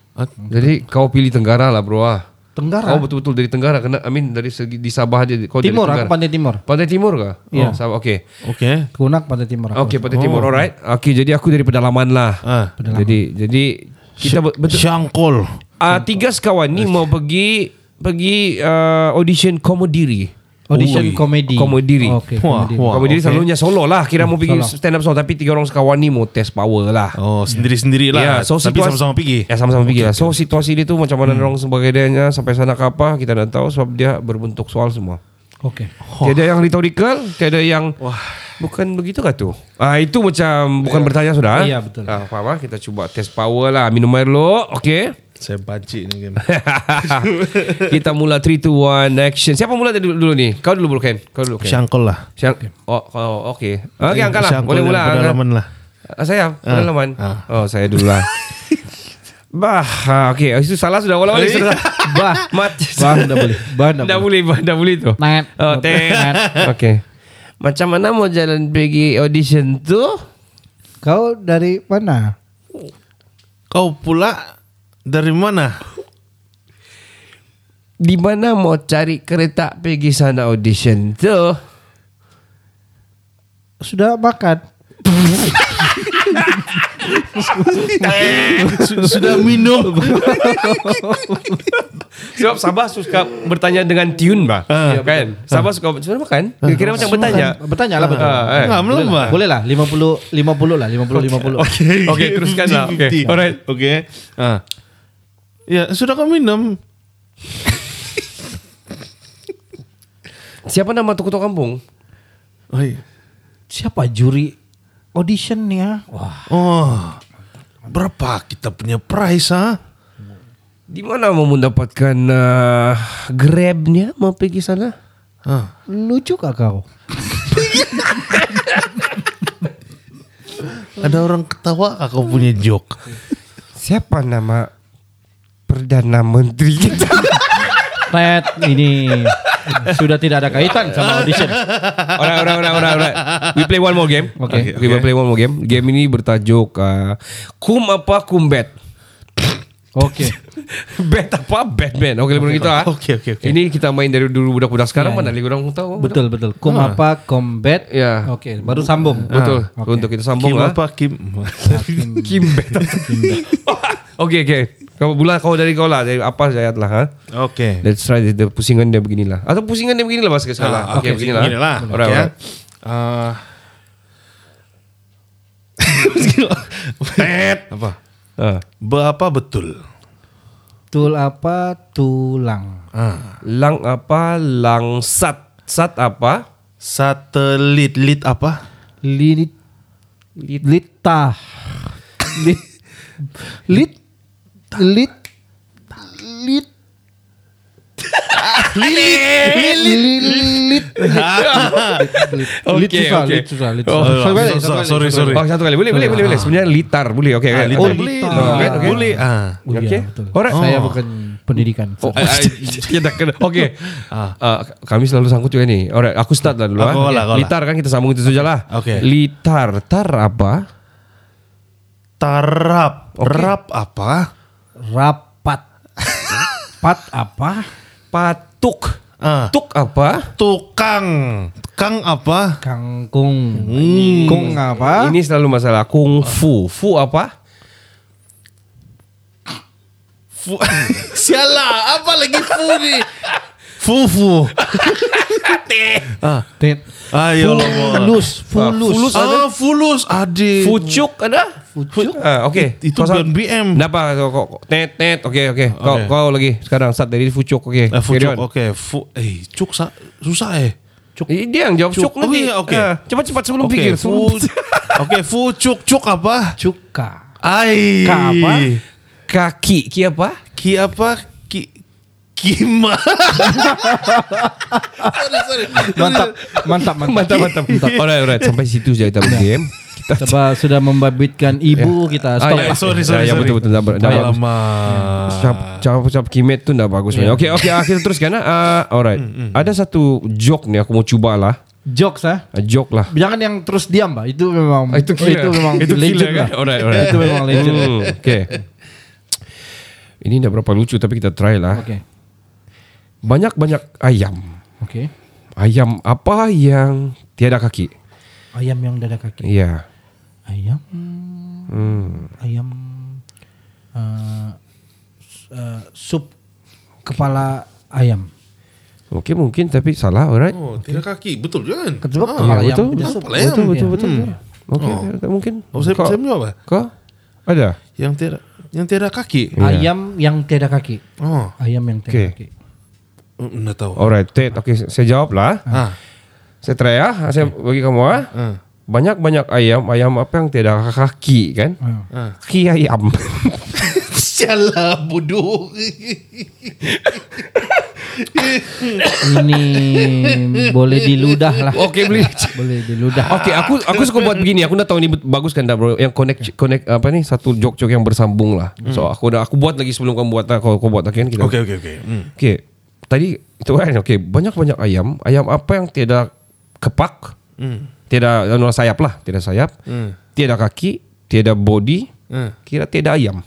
[SPEAKER 4] Jadi kau pilih Tenggara lah bro ah.
[SPEAKER 7] Tenggara.
[SPEAKER 4] Kau betul-betul dari Tenggara kena I mean dari segi di Sabah aja kau Oh,
[SPEAKER 7] Timur,
[SPEAKER 4] dari
[SPEAKER 7] aku
[SPEAKER 4] Tenggara.
[SPEAKER 7] Pantai Timur.
[SPEAKER 4] Pantai Timur kah?
[SPEAKER 7] Iya.
[SPEAKER 4] Oh, Sabah. Oke.
[SPEAKER 5] Oke.
[SPEAKER 7] Kunak Pantai Timur. aku.
[SPEAKER 4] Oke, Pantai Timur. Alright. Oke, jadi aku dari pedalaman lah.
[SPEAKER 5] Ah.
[SPEAKER 4] Jadi jadi kita be- betul
[SPEAKER 5] Syangkol.
[SPEAKER 4] Ah, tiga sekawan ni mau pergi pergi ah, audition komediri.
[SPEAKER 7] Audition komedi.
[SPEAKER 4] Komediri.
[SPEAKER 7] Oke.
[SPEAKER 5] Wah,
[SPEAKER 7] komedi.
[SPEAKER 5] wah.
[SPEAKER 4] komediri
[SPEAKER 5] oke.
[SPEAKER 4] selalunya solo lah. Kira mau pergi
[SPEAKER 7] Solo.
[SPEAKER 4] stand up solo tapi tiga orang sekawan ni mau test power lah.
[SPEAKER 5] Oh, sendiri-sendiri lah.
[SPEAKER 4] Ya, so
[SPEAKER 5] Tapi
[SPEAKER 4] situasi-
[SPEAKER 5] Eh, sama-sama pergi.
[SPEAKER 4] Ya sama-sama pergi lah. So situasi dia tu macam mana orang sebagainya sampai sana ke apa kita tak tahu sebab dia berbentuk soal semua.
[SPEAKER 7] Oke.
[SPEAKER 4] Tiada yang rhetorical, tiada yang Wah. bukan begitu kah tu? Ah itu macam bukan bertanya sudah.
[SPEAKER 7] Iya, betul.
[SPEAKER 4] Ah, faham ah? kita cuba test power lah. Minum air lo. Okey.
[SPEAKER 5] Saya banci nih game.
[SPEAKER 4] kita mula 3 2 1 action. Siapa mula tadi dulu, dulu ni? Kau dulu Bro Ken. Kau dulu Ken.
[SPEAKER 5] Syangkol lah.
[SPEAKER 4] Syang. Oh, oh okey. Okey
[SPEAKER 5] Iya,
[SPEAKER 4] angkat lah.
[SPEAKER 5] syangkol
[SPEAKER 4] Boleh
[SPEAKER 5] yang
[SPEAKER 4] mula. angkat.
[SPEAKER 5] Pedalaman lah.
[SPEAKER 4] Ah, Saya pedalaman.
[SPEAKER 5] Ah.
[SPEAKER 4] Oh, saya dulu lah. Bah, ah, okey, itu salah sudah ulang balik sudah. Iya. Bah, mat.
[SPEAKER 7] Bah, dah boleh. Bah, dah
[SPEAKER 4] dah boleh, bah, dah boleh tu.
[SPEAKER 7] Net.
[SPEAKER 4] Oh, tet.
[SPEAKER 7] Net.
[SPEAKER 4] Okey. Macam mana mau jalan pergi audition tu?
[SPEAKER 7] Kau dari mana?
[SPEAKER 5] Kau pula dari mana?
[SPEAKER 4] Di mana mau cari kereta pergi sana audition tu?
[SPEAKER 7] Sudah makan.
[SPEAKER 5] Su- Sudah minum.
[SPEAKER 4] Sebab Sabah suka bertanya dengan tune bah.
[SPEAKER 5] Ah.
[SPEAKER 4] kan? Sabah suka sebenarnya makan. Kira-kira macam Ah. bertanya.
[SPEAKER 7] Bertanya. Bertanya lah betul.
[SPEAKER 4] Ah, eh.
[SPEAKER 5] Enggak belum lah.
[SPEAKER 7] Boleh lah 50 50 lah 50 50.
[SPEAKER 4] Oke, teruskan lah. Oke.
[SPEAKER 5] 50.
[SPEAKER 4] Alright.
[SPEAKER 5] Oke. Ah. Ya, sudah kau minum.
[SPEAKER 4] Siapa nama toko kampung?
[SPEAKER 5] Oh. iya.
[SPEAKER 7] Siapa juri audition nih ya? Wah,
[SPEAKER 5] Oh. Berapa kita punya price ah?
[SPEAKER 4] Di mana mau mendapatkan uh, grabnya mau pergi sana?
[SPEAKER 5] Ah.
[SPEAKER 7] lucu kah kau?
[SPEAKER 5] Ada orang ketawa aku punya joke.
[SPEAKER 4] Siapa nama perdana menteri kita?
[SPEAKER 7] Red ini sudah tidak ada kaitan sama audition.
[SPEAKER 4] alright, alright, alright, alright, alright. We play one more game. Oke.
[SPEAKER 7] Okay.
[SPEAKER 4] We will play one more game. Game ini bertajuk uh, kum apa kum bet.
[SPEAKER 7] Oke.
[SPEAKER 4] bet apa Batman? Oke, okay, kita. ah.
[SPEAKER 5] Oke, oke, oke.
[SPEAKER 4] Ini kita main dari dulu budak-budak sekarang
[SPEAKER 7] Ya,
[SPEAKER 4] mana lagi orang tahu.
[SPEAKER 7] Betul betul. Kum apa combat?
[SPEAKER 4] Oh, Ya.
[SPEAKER 7] Oke, baru sambung.
[SPEAKER 4] Betul.
[SPEAKER 7] Ah, oke.
[SPEAKER 4] Untuk kita sambung
[SPEAKER 5] Kim
[SPEAKER 4] lah.
[SPEAKER 5] apa Kim?
[SPEAKER 4] Kim bet. Oke, oke. Kau bula kau dari kau lah dari apa saya lah ah. ha?
[SPEAKER 5] Oke.
[SPEAKER 4] Eh. Let's try the, the pusingan dia beginilah. Atau pusingan dia beginilah bahasa sekali.
[SPEAKER 5] Ah, Oke, begini lah. Oke.
[SPEAKER 4] Alright,
[SPEAKER 5] ya.
[SPEAKER 4] alright.
[SPEAKER 5] Ah. Tet. Eh. Apa? ya.
[SPEAKER 4] Ah.
[SPEAKER 5] Berapa betul?
[SPEAKER 7] Tul apa tulang?
[SPEAKER 5] Ah.
[SPEAKER 4] Lang apa? Lang sat. Sat apa?
[SPEAKER 5] Satelit lit apa?
[SPEAKER 7] Lilit Lita. Lit. Lit. Lit. Lit. Lilit. Lilit. Lilit.
[SPEAKER 4] Oke,
[SPEAKER 7] susah,
[SPEAKER 4] oke.
[SPEAKER 7] Lilit susah, lilit
[SPEAKER 4] Oh,
[SPEAKER 7] susah. Sorry,
[SPEAKER 5] susah,
[SPEAKER 7] sorry,
[SPEAKER 5] sorry, sorry.
[SPEAKER 4] Oh, satu kali. Boleh, boleh, boleh, boleh. Sebenarnya litar, boleh. Oke, oke.
[SPEAKER 5] Ah, litar.
[SPEAKER 4] Oh,
[SPEAKER 7] boleh.
[SPEAKER 4] Oke, oke.
[SPEAKER 5] Boleh. Ah.
[SPEAKER 7] Iya,
[SPEAKER 4] Oke.
[SPEAKER 7] betul.
[SPEAKER 4] ya? Alright.
[SPEAKER 7] Saya
[SPEAKER 5] Oh.
[SPEAKER 7] bukan pendidikan.
[SPEAKER 4] Oh, eh, eh, kita kena- Oke. Eh, kami selalu sangkut juga nih. Alright, aku start lah dulu. ah.
[SPEAKER 5] Aku lah, aku lah.
[SPEAKER 4] Litar kan kita sambung itu saja lah.
[SPEAKER 5] Oke.
[SPEAKER 4] Litar, tar apa?
[SPEAKER 5] Tarap.
[SPEAKER 4] Oke.
[SPEAKER 5] Rap apa?
[SPEAKER 7] Rapat. Pat apa?
[SPEAKER 4] Patuk.
[SPEAKER 5] Ah.
[SPEAKER 4] Tuk apa?
[SPEAKER 5] Tukang. Kang apa?
[SPEAKER 7] Kangkung. Kung apa?
[SPEAKER 4] Hmm. Ini selalu masalah kungfu. Fu apa?
[SPEAKER 5] Fu- Sialah, apa lagi fu nih? Fufu.
[SPEAKER 7] Tet.
[SPEAKER 5] Ayo Allah.
[SPEAKER 7] Fulus,
[SPEAKER 4] Ah, ya
[SPEAKER 7] fulus.
[SPEAKER 4] fulus ada.
[SPEAKER 5] Ah, fulus ade.
[SPEAKER 4] Fucuk ada?
[SPEAKER 7] Fucuk?
[SPEAKER 4] Ah, oke.
[SPEAKER 5] Itu
[SPEAKER 4] Kau sa-
[SPEAKER 5] bukan BM.
[SPEAKER 4] Kenapa kok- kok kok- net net oke oke. Kau
[SPEAKER 5] Oke.
[SPEAKER 4] kau lagi sekarang start dari fucuk oke.
[SPEAKER 5] Eh,
[SPEAKER 4] Carry
[SPEAKER 5] fucuk,
[SPEAKER 4] on.
[SPEAKER 5] oke. Fu, eh, cuk sa- susah eh.
[SPEAKER 4] Ih, Dia yang jawab
[SPEAKER 5] Cuk.
[SPEAKER 4] cuk nanti.
[SPEAKER 5] Oh, iya, oke.
[SPEAKER 4] Ah, Cepat-cepat sebelum
[SPEAKER 5] Oke,
[SPEAKER 4] pikir.
[SPEAKER 5] fu-
[SPEAKER 4] Sebelum-
[SPEAKER 5] Oke, fu cuk cuk apa?
[SPEAKER 7] Cuka.
[SPEAKER 5] Ai.
[SPEAKER 7] Ka apa?
[SPEAKER 4] Kaki, ki apa?
[SPEAKER 5] Ki apa? Ki Kima. sorry, sorry.
[SPEAKER 7] Mantap, mantap, mantap.
[SPEAKER 4] Mantap, mantap. Alright, alright. Sampai situ saja
[SPEAKER 5] Nah.
[SPEAKER 4] kita game. Kita
[SPEAKER 7] Coba sudah membabitkan ibu
[SPEAKER 4] Ah,
[SPEAKER 7] kita. Stop.
[SPEAKER 4] iya,
[SPEAKER 5] Eh,
[SPEAKER 7] lah.
[SPEAKER 5] sorry,
[SPEAKER 4] Ya,
[SPEAKER 5] sorry.
[SPEAKER 4] ya,
[SPEAKER 5] sorry.
[SPEAKER 4] betul, betul. Nggak ber- nggak bagus.
[SPEAKER 5] Alamak.
[SPEAKER 4] cap cap cap kimet tuh enggak bagus.
[SPEAKER 5] Iya.
[SPEAKER 4] sebenarnya. Oke, oke, akhirnya terus kan. Ah, alright.
[SPEAKER 5] Mm,
[SPEAKER 4] Ada satu joke nih aku mau coba lah.
[SPEAKER 7] Jokes ah.
[SPEAKER 4] Ah, Joke lah.
[SPEAKER 7] Jangan yang terus diam, Pak. Itu memang
[SPEAKER 4] Ah, itu gila.
[SPEAKER 7] itu memang
[SPEAKER 4] Itu gila,
[SPEAKER 7] legend
[SPEAKER 4] kan?
[SPEAKER 7] lah.
[SPEAKER 4] Alright, alright.
[SPEAKER 7] Itu memang legend.
[SPEAKER 4] Hmm, oke. Ini enggak berapa lucu tapi kita try lah.
[SPEAKER 7] Oke.
[SPEAKER 4] Banyak-banyak ayam.
[SPEAKER 7] Oke.
[SPEAKER 4] Ayam apa yang tiada kaki?
[SPEAKER 7] Ayam yang dada kaki.
[SPEAKER 4] Iya. Hmm.
[SPEAKER 7] Ayam. Ayam eh, s- eh, sup kepala ayam.
[SPEAKER 4] Oke mungkin tapi salah, alright.
[SPEAKER 5] Oh, tidak kaki. Betul kan?
[SPEAKER 7] Ketua
[SPEAKER 5] Ah.
[SPEAKER 7] kepala
[SPEAKER 4] Iya,
[SPEAKER 7] ayam.
[SPEAKER 4] betul,
[SPEAKER 7] tidak
[SPEAKER 4] betul,
[SPEAKER 7] sup.
[SPEAKER 4] betul, betul, betul.
[SPEAKER 7] Iya.
[SPEAKER 4] Oke, oke, mungkin.
[SPEAKER 5] ya. Hmm. Oh, saya,
[SPEAKER 4] Kok-
[SPEAKER 5] saya menjawab apa?
[SPEAKER 4] Kok? Ada?
[SPEAKER 5] Yang tidak yang tidak kaki.
[SPEAKER 4] Iya.
[SPEAKER 7] Ayam yang tiada kaki.
[SPEAKER 5] Oh,
[SPEAKER 7] Ayam yang tiada
[SPEAKER 4] Oke.
[SPEAKER 7] kaki.
[SPEAKER 5] eh, enggak tahu.
[SPEAKER 4] Alright, Ted. Oke, saya jawab lah.
[SPEAKER 5] Ah.
[SPEAKER 4] Saya try ya. Saya bagi kamu ah. Banyak-banyak ayam, ayam apa yang tidak kaki kan?
[SPEAKER 7] Ah.
[SPEAKER 5] Ah.
[SPEAKER 4] Kaki ayam.
[SPEAKER 5] Sialah bodoh.
[SPEAKER 7] Ini boleh diludah lah.
[SPEAKER 4] Oke, beli.
[SPEAKER 7] Boleh diludah.
[SPEAKER 4] Oke, aku aku suka buat begini. Aku udah tahu ini bet- bagus kan, dah, bro. Yang connect connect apa nih satu jok-jok yang bersambung lah. So aku udah aku buat lagi sebelum kamu buat. Nah, Kalau kau buat lagi kan kita.
[SPEAKER 5] Oke, oke, oke. Hmm.
[SPEAKER 4] Oke, tadi itu kan oke banyak banyak ayam. Ayam apa yang tidak kepak, tidak anu, sayap lah, tidak sayap, tidak kaki, tidak body,
[SPEAKER 5] Hmm.
[SPEAKER 4] kira tidak ayam.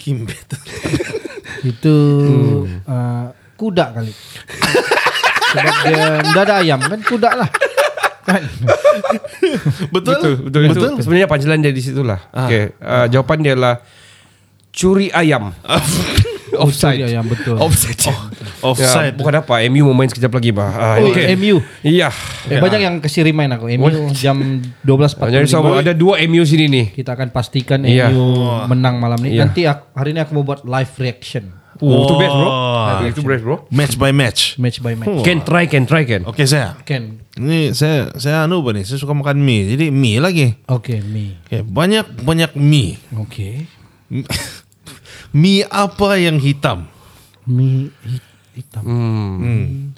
[SPEAKER 5] Kimbet.
[SPEAKER 7] Itu
[SPEAKER 4] Hmm.
[SPEAKER 7] eh, kuda kali. Sebab dia nggak ada ayam kan kuda lah. Kan.
[SPEAKER 5] Gitu, Betul?
[SPEAKER 4] betul, betul. Sebenarnya pancelan dari situ lah. Oke, eh, jawapan dia lah curi ayam.
[SPEAKER 7] Offside. ayam betul.
[SPEAKER 5] Offside. Oh,
[SPEAKER 4] Ya,
[SPEAKER 5] offside.
[SPEAKER 4] bukan apa, MU mau main sekejap lagi bah. Ah,
[SPEAKER 7] Oh,
[SPEAKER 4] oke.
[SPEAKER 7] MU.
[SPEAKER 4] Iya.
[SPEAKER 7] Eh, banyak yang kasih remind aku. MU jam
[SPEAKER 4] Jadi sama
[SPEAKER 7] 12.45.
[SPEAKER 4] ada dua MU sini nih.
[SPEAKER 7] Kita akan pastikan
[SPEAKER 4] Iya.
[SPEAKER 7] MU menang malam ini.
[SPEAKER 4] Iya.
[SPEAKER 7] Nanti aku- hari ini aku mau buat live reaction.
[SPEAKER 4] Wow, Oh, itu best bro.
[SPEAKER 5] Wah.
[SPEAKER 4] Itu best bro.
[SPEAKER 5] Match by match.
[SPEAKER 7] Match by match.
[SPEAKER 4] Can try, can try, can.
[SPEAKER 5] Oke, saya.
[SPEAKER 7] Ken.
[SPEAKER 5] Ini saya saya anu apa nih? Saya suka makan mie. Jadi mie lagi.
[SPEAKER 7] Oke, me.
[SPEAKER 5] Oke, banyak banyak mie.
[SPEAKER 7] Oke.
[SPEAKER 5] Mie apa yang hitam?
[SPEAKER 7] Mi hitam.
[SPEAKER 4] Hmm.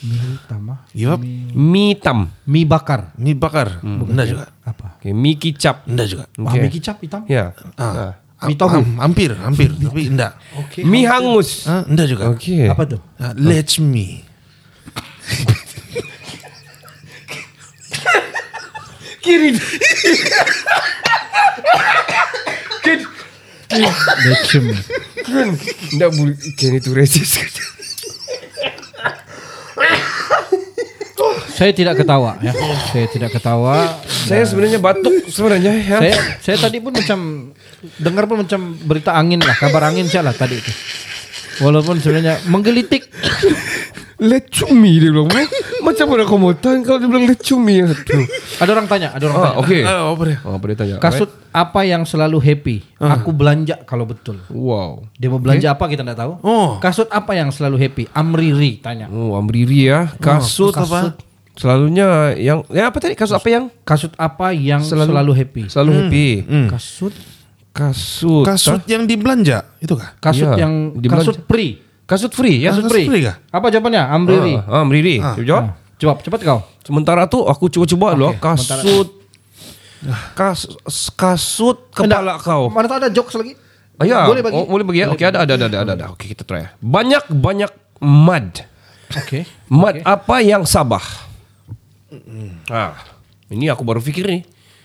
[SPEAKER 7] Mi hitam. ah.
[SPEAKER 5] Jawab.
[SPEAKER 4] Mie tam,
[SPEAKER 7] Mi bakar.
[SPEAKER 5] Ya, Mie bakar. Enggak juga.
[SPEAKER 7] Apa?
[SPEAKER 4] Oke, mie kicap.
[SPEAKER 5] Enggak juga.
[SPEAKER 4] Oke.
[SPEAKER 7] Ah, Mi kicap hitam.
[SPEAKER 4] Ya.
[SPEAKER 5] Ah.
[SPEAKER 7] Mie tahu.
[SPEAKER 5] Am- hampir, hampir, tapi enggak.
[SPEAKER 7] Oke.
[SPEAKER 4] Mie hangus.
[SPEAKER 5] Ah, enggak juga.
[SPEAKER 4] Oke.
[SPEAKER 7] Apa tuh?
[SPEAKER 5] Ah, let's me.
[SPEAKER 7] Lecem.
[SPEAKER 4] Enggak boleh Ken itu resist.
[SPEAKER 7] Saya tidak ketawa ya. Saya tidak ketawa.
[SPEAKER 4] Saya sebenarnya batuk sebenarnya ya.
[SPEAKER 7] Saya saya tadi pun macam dengar pun macam berita angin lah, kabar angin saya lah tadi itu. Walaupun sebenarnya menggelitik.
[SPEAKER 4] lecumi dia bilang. "Wah, Macam mana kau mau tahan kalau dia bilang lecumi ya. Aduh.
[SPEAKER 7] Ada orang tanya, ada orang
[SPEAKER 4] Ah,
[SPEAKER 7] tanya.
[SPEAKER 4] oke.
[SPEAKER 5] Ah, apa dia?
[SPEAKER 4] Oh, apa dia tanya?
[SPEAKER 7] Kasut apa yang selalu happy?
[SPEAKER 4] Ah.
[SPEAKER 7] Aku belanja kalau betul.
[SPEAKER 4] Alright. Wow.
[SPEAKER 7] Dia mau belanja apa kita tidak tahu.
[SPEAKER 5] Oh.
[SPEAKER 7] Kasut apa yang selalu happy? Amriri tanya.
[SPEAKER 4] Oh, Amriri ya. Kasut,
[SPEAKER 5] kasut.
[SPEAKER 4] apa? Selalunya yang ya apa tadi? Kasut Hmm, apa yang
[SPEAKER 7] Kasut apa yang selalu,
[SPEAKER 4] Selalu-
[SPEAKER 7] happy?
[SPEAKER 4] selalu happy?
[SPEAKER 7] Kasut
[SPEAKER 4] Kasut.
[SPEAKER 5] Kasut yang dibelanja itu kah?
[SPEAKER 7] kasut
[SPEAKER 4] Iya,
[SPEAKER 7] yang
[SPEAKER 4] dibelanja.
[SPEAKER 7] kasut pri.
[SPEAKER 4] Kasut free ya.
[SPEAKER 7] Kasut
[SPEAKER 5] kasut
[SPEAKER 7] pri.
[SPEAKER 5] pri kah?
[SPEAKER 7] Apa jawabannya? Amriri. Nah,
[SPEAKER 4] Ah, Amriri. Coba jawab.
[SPEAKER 7] Jawab cepat kau.
[SPEAKER 4] Sementara tuh aku coba-coba loh
[SPEAKER 7] sementara.
[SPEAKER 4] kasut kas, kasut kepala
[SPEAKER 7] Enggak,
[SPEAKER 4] kau.
[SPEAKER 7] Mana tahu ada jokes lagi?
[SPEAKER 4] Ah, iya.
[SPEAKER 7] Boleh bagi.
[SPEAKER 4] Oh, boleh bagi ya. Oke, ada ada ada ada ada. ada. Oke, kita try. Banyak banyak mad.
[SPEAKER 7] Oke.
[SPEAKER 4] Mad apa yang Sabah? Ah, ini aku baru pikir nih.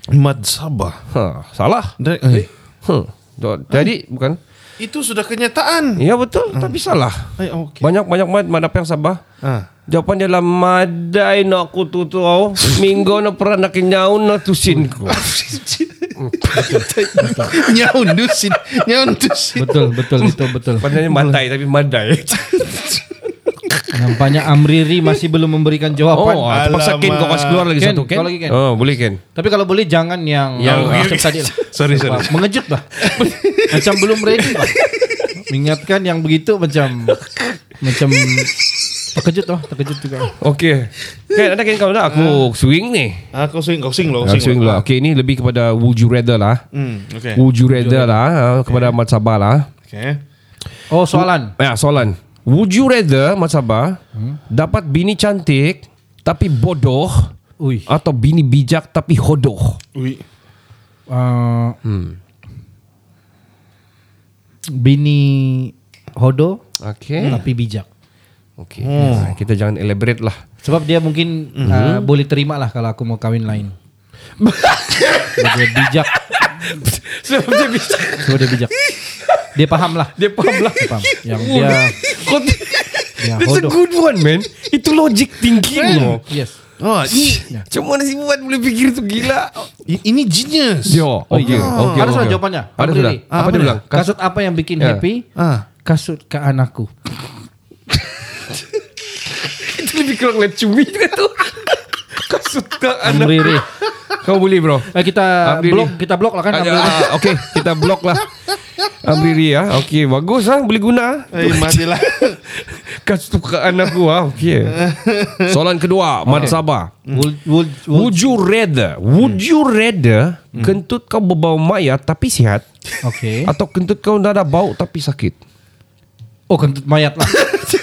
[SPEAKER 5] Mad Sabah.
[SPEAKER 4] Hah, salah.
[SPEAKER 5] Da- eh,
[SPEAKER 4] Hmm. Do- Jadi bukan.
[SPEAKER 5] Itu sudah kenyataan.
[SPEAKER 4] Iya betul, tapi salah.
[SPEAKER 5] Eh, oke.
[SPEAKER 4] Banyak banyak mad mad apa yang Sabah?
[SPEAKER 5] Ah.
[SPEAKER 4] Jawabannya adalah lah, madai no kututuau minggo no pernah kenyau no tusinku.
[SPEAKER 5] Nyaundusin, nyaundusin.
[SPEAKER 7] Betul, betul, betul, betul.
[SPEAKER 4] Padahal matai tapi madai.
[SPEAKER 7] Nampaknya Amriri masih belum memberikan jawaban.
[SPEAKER 4] Oh, ah, terpaksa Ken kau kasih keluar lagi
[SPEAKER 7] Ken,
[SPEAKER 4] satu Ken.
[SPEAKER 7] kau lagi, Ken.
[SPEAKER 4] Oh, boleh Ken.
[SPEAKER 7] Tapi kalau boleh jangan yang
[SPEAKER 4] Yang-
[SPEAKER 7] yang macam tadi lah.
[SPEAKER 5] Sorry, sorry.
[SPEAKER 7] Apa, Mengejut lah. macam belum ready lah. Mengingatkan yang begitu macam macam terkejut lah, terkejut juga.
[SPEAKER 4] Oke. Ken, ada Ken kalau ada aku swing nih.
[SPEAKER 5] Ah, kau swing, kau swing loh,
[SPEAKER 4] Aku swing lah. Oke, ini lebih kepada would you rather lah.
[SPEAKER 5] Hmm, oke.
[SPEAKER 4] Would you rather lah ah, kepada Mat Sabah lah.
[SPEAKER 5] Oke.
[SPEAKER 7] Oh, soalan.
[SPEAKER 4] Ya, soalan. Would you rather Mat Sabah dapat bini cantik tapi bodoh
[SPEAKER 7] Ui.
[SPEAKER 4] atau bini bijak tapi hodoh?
[SPEAKER 5] Ui.
[SPEAKER 7] Eh,
[SPEAKER 4] Hmm.
[SPEAKER 7] Bini hodo
[SPEAKER 4] Oke.
[SPEAKER 7] tapi bijak.
[SPEAKER 4] Oke. Nah, Hmm. kita jangan elaborate lah.
[SPEAKER 7] Sebab dia mungkin
[SPEAKER 4] Mhm.
[SPEAKER 7] eh, boleh terima lah kalau aku mau kawin lain. Sebab dia bijak.
[SPEAKER 4] Sebab dia bijak.
[SPEAKER 7] Sebab dia bijak. Dia paham lah.
[SPEAKER 4] Dia paham lah.
[SPEAKER 7] Dia paham. Yang dia
[SPEAKER 4] Kau-
[SPEAKER 7] yang
[SPEAKER 4] That's a
[SPEAKER 7] hodoh.
[SPEAKER 4] good one, man. Itu logic thinking loh.
[SPEAKER 7] Yes.
[SPEAKER 5] Oh, ini,
[SPEAKER 4] Cuma nasi buat boleh pikir itu gila.
[SPEAKER 5] ini genius.
[SPEAKER 4] Yo, oke, oke.
[SPEAKER 7] Oh, Ada sudah
[SPEAKER 4] oke.
[SPEAKER 7] jawabannya?
[SPEAKER 4] Ada
[SPEAKER 7] Apa
[SPEAKER 4] sudah.
[SPEAKER 7] dia?
[SPEAKER 4] Apa dia bilang?
[SPEAKER 7] Kasut apa yang bikin
[SPEAKER 4] Ya.
[SPEAKER 7] happy?
[SPEAKER 5] Ah.
[SPEAKER 7] Kasut ke anakku.
[SPEAKER 4] Itu lebih kurang lihat cumi juga tuh. Kasut tak anak.
[SPEAKER 7] Amriri.
[SPEAKER 4] Kau boleh bro.
[SPEAKER 7] Eh, kita
[SPEAKER 4] Amriri.
[SPEAKER 7] blok, kita blok lah kan
[SPEAKER 4] Ada-
[SPEAKER 7] Amriri.
[SPEAKER 4] ah, Oke, kita blok lah. Amriri ya. Oke, bagus ah, boleh guna.
[SPEAKER 5] Eh, matilah.
[SPEAKER 4] Kasut ke anak gua. Oke. Soalan kedua, Mat Sabah.
[SPEAKER 7] Would, would, would-
[SPEAKER 4] Would you rather? Would you rather kentut kau berbau mayat tapi sehat
[SPEAKER 7] Oke.
[SPEAKER 4] atau kentut kau nada bau tapi sakit?
[SPEAKER 7] Oh, kentut mayat lah.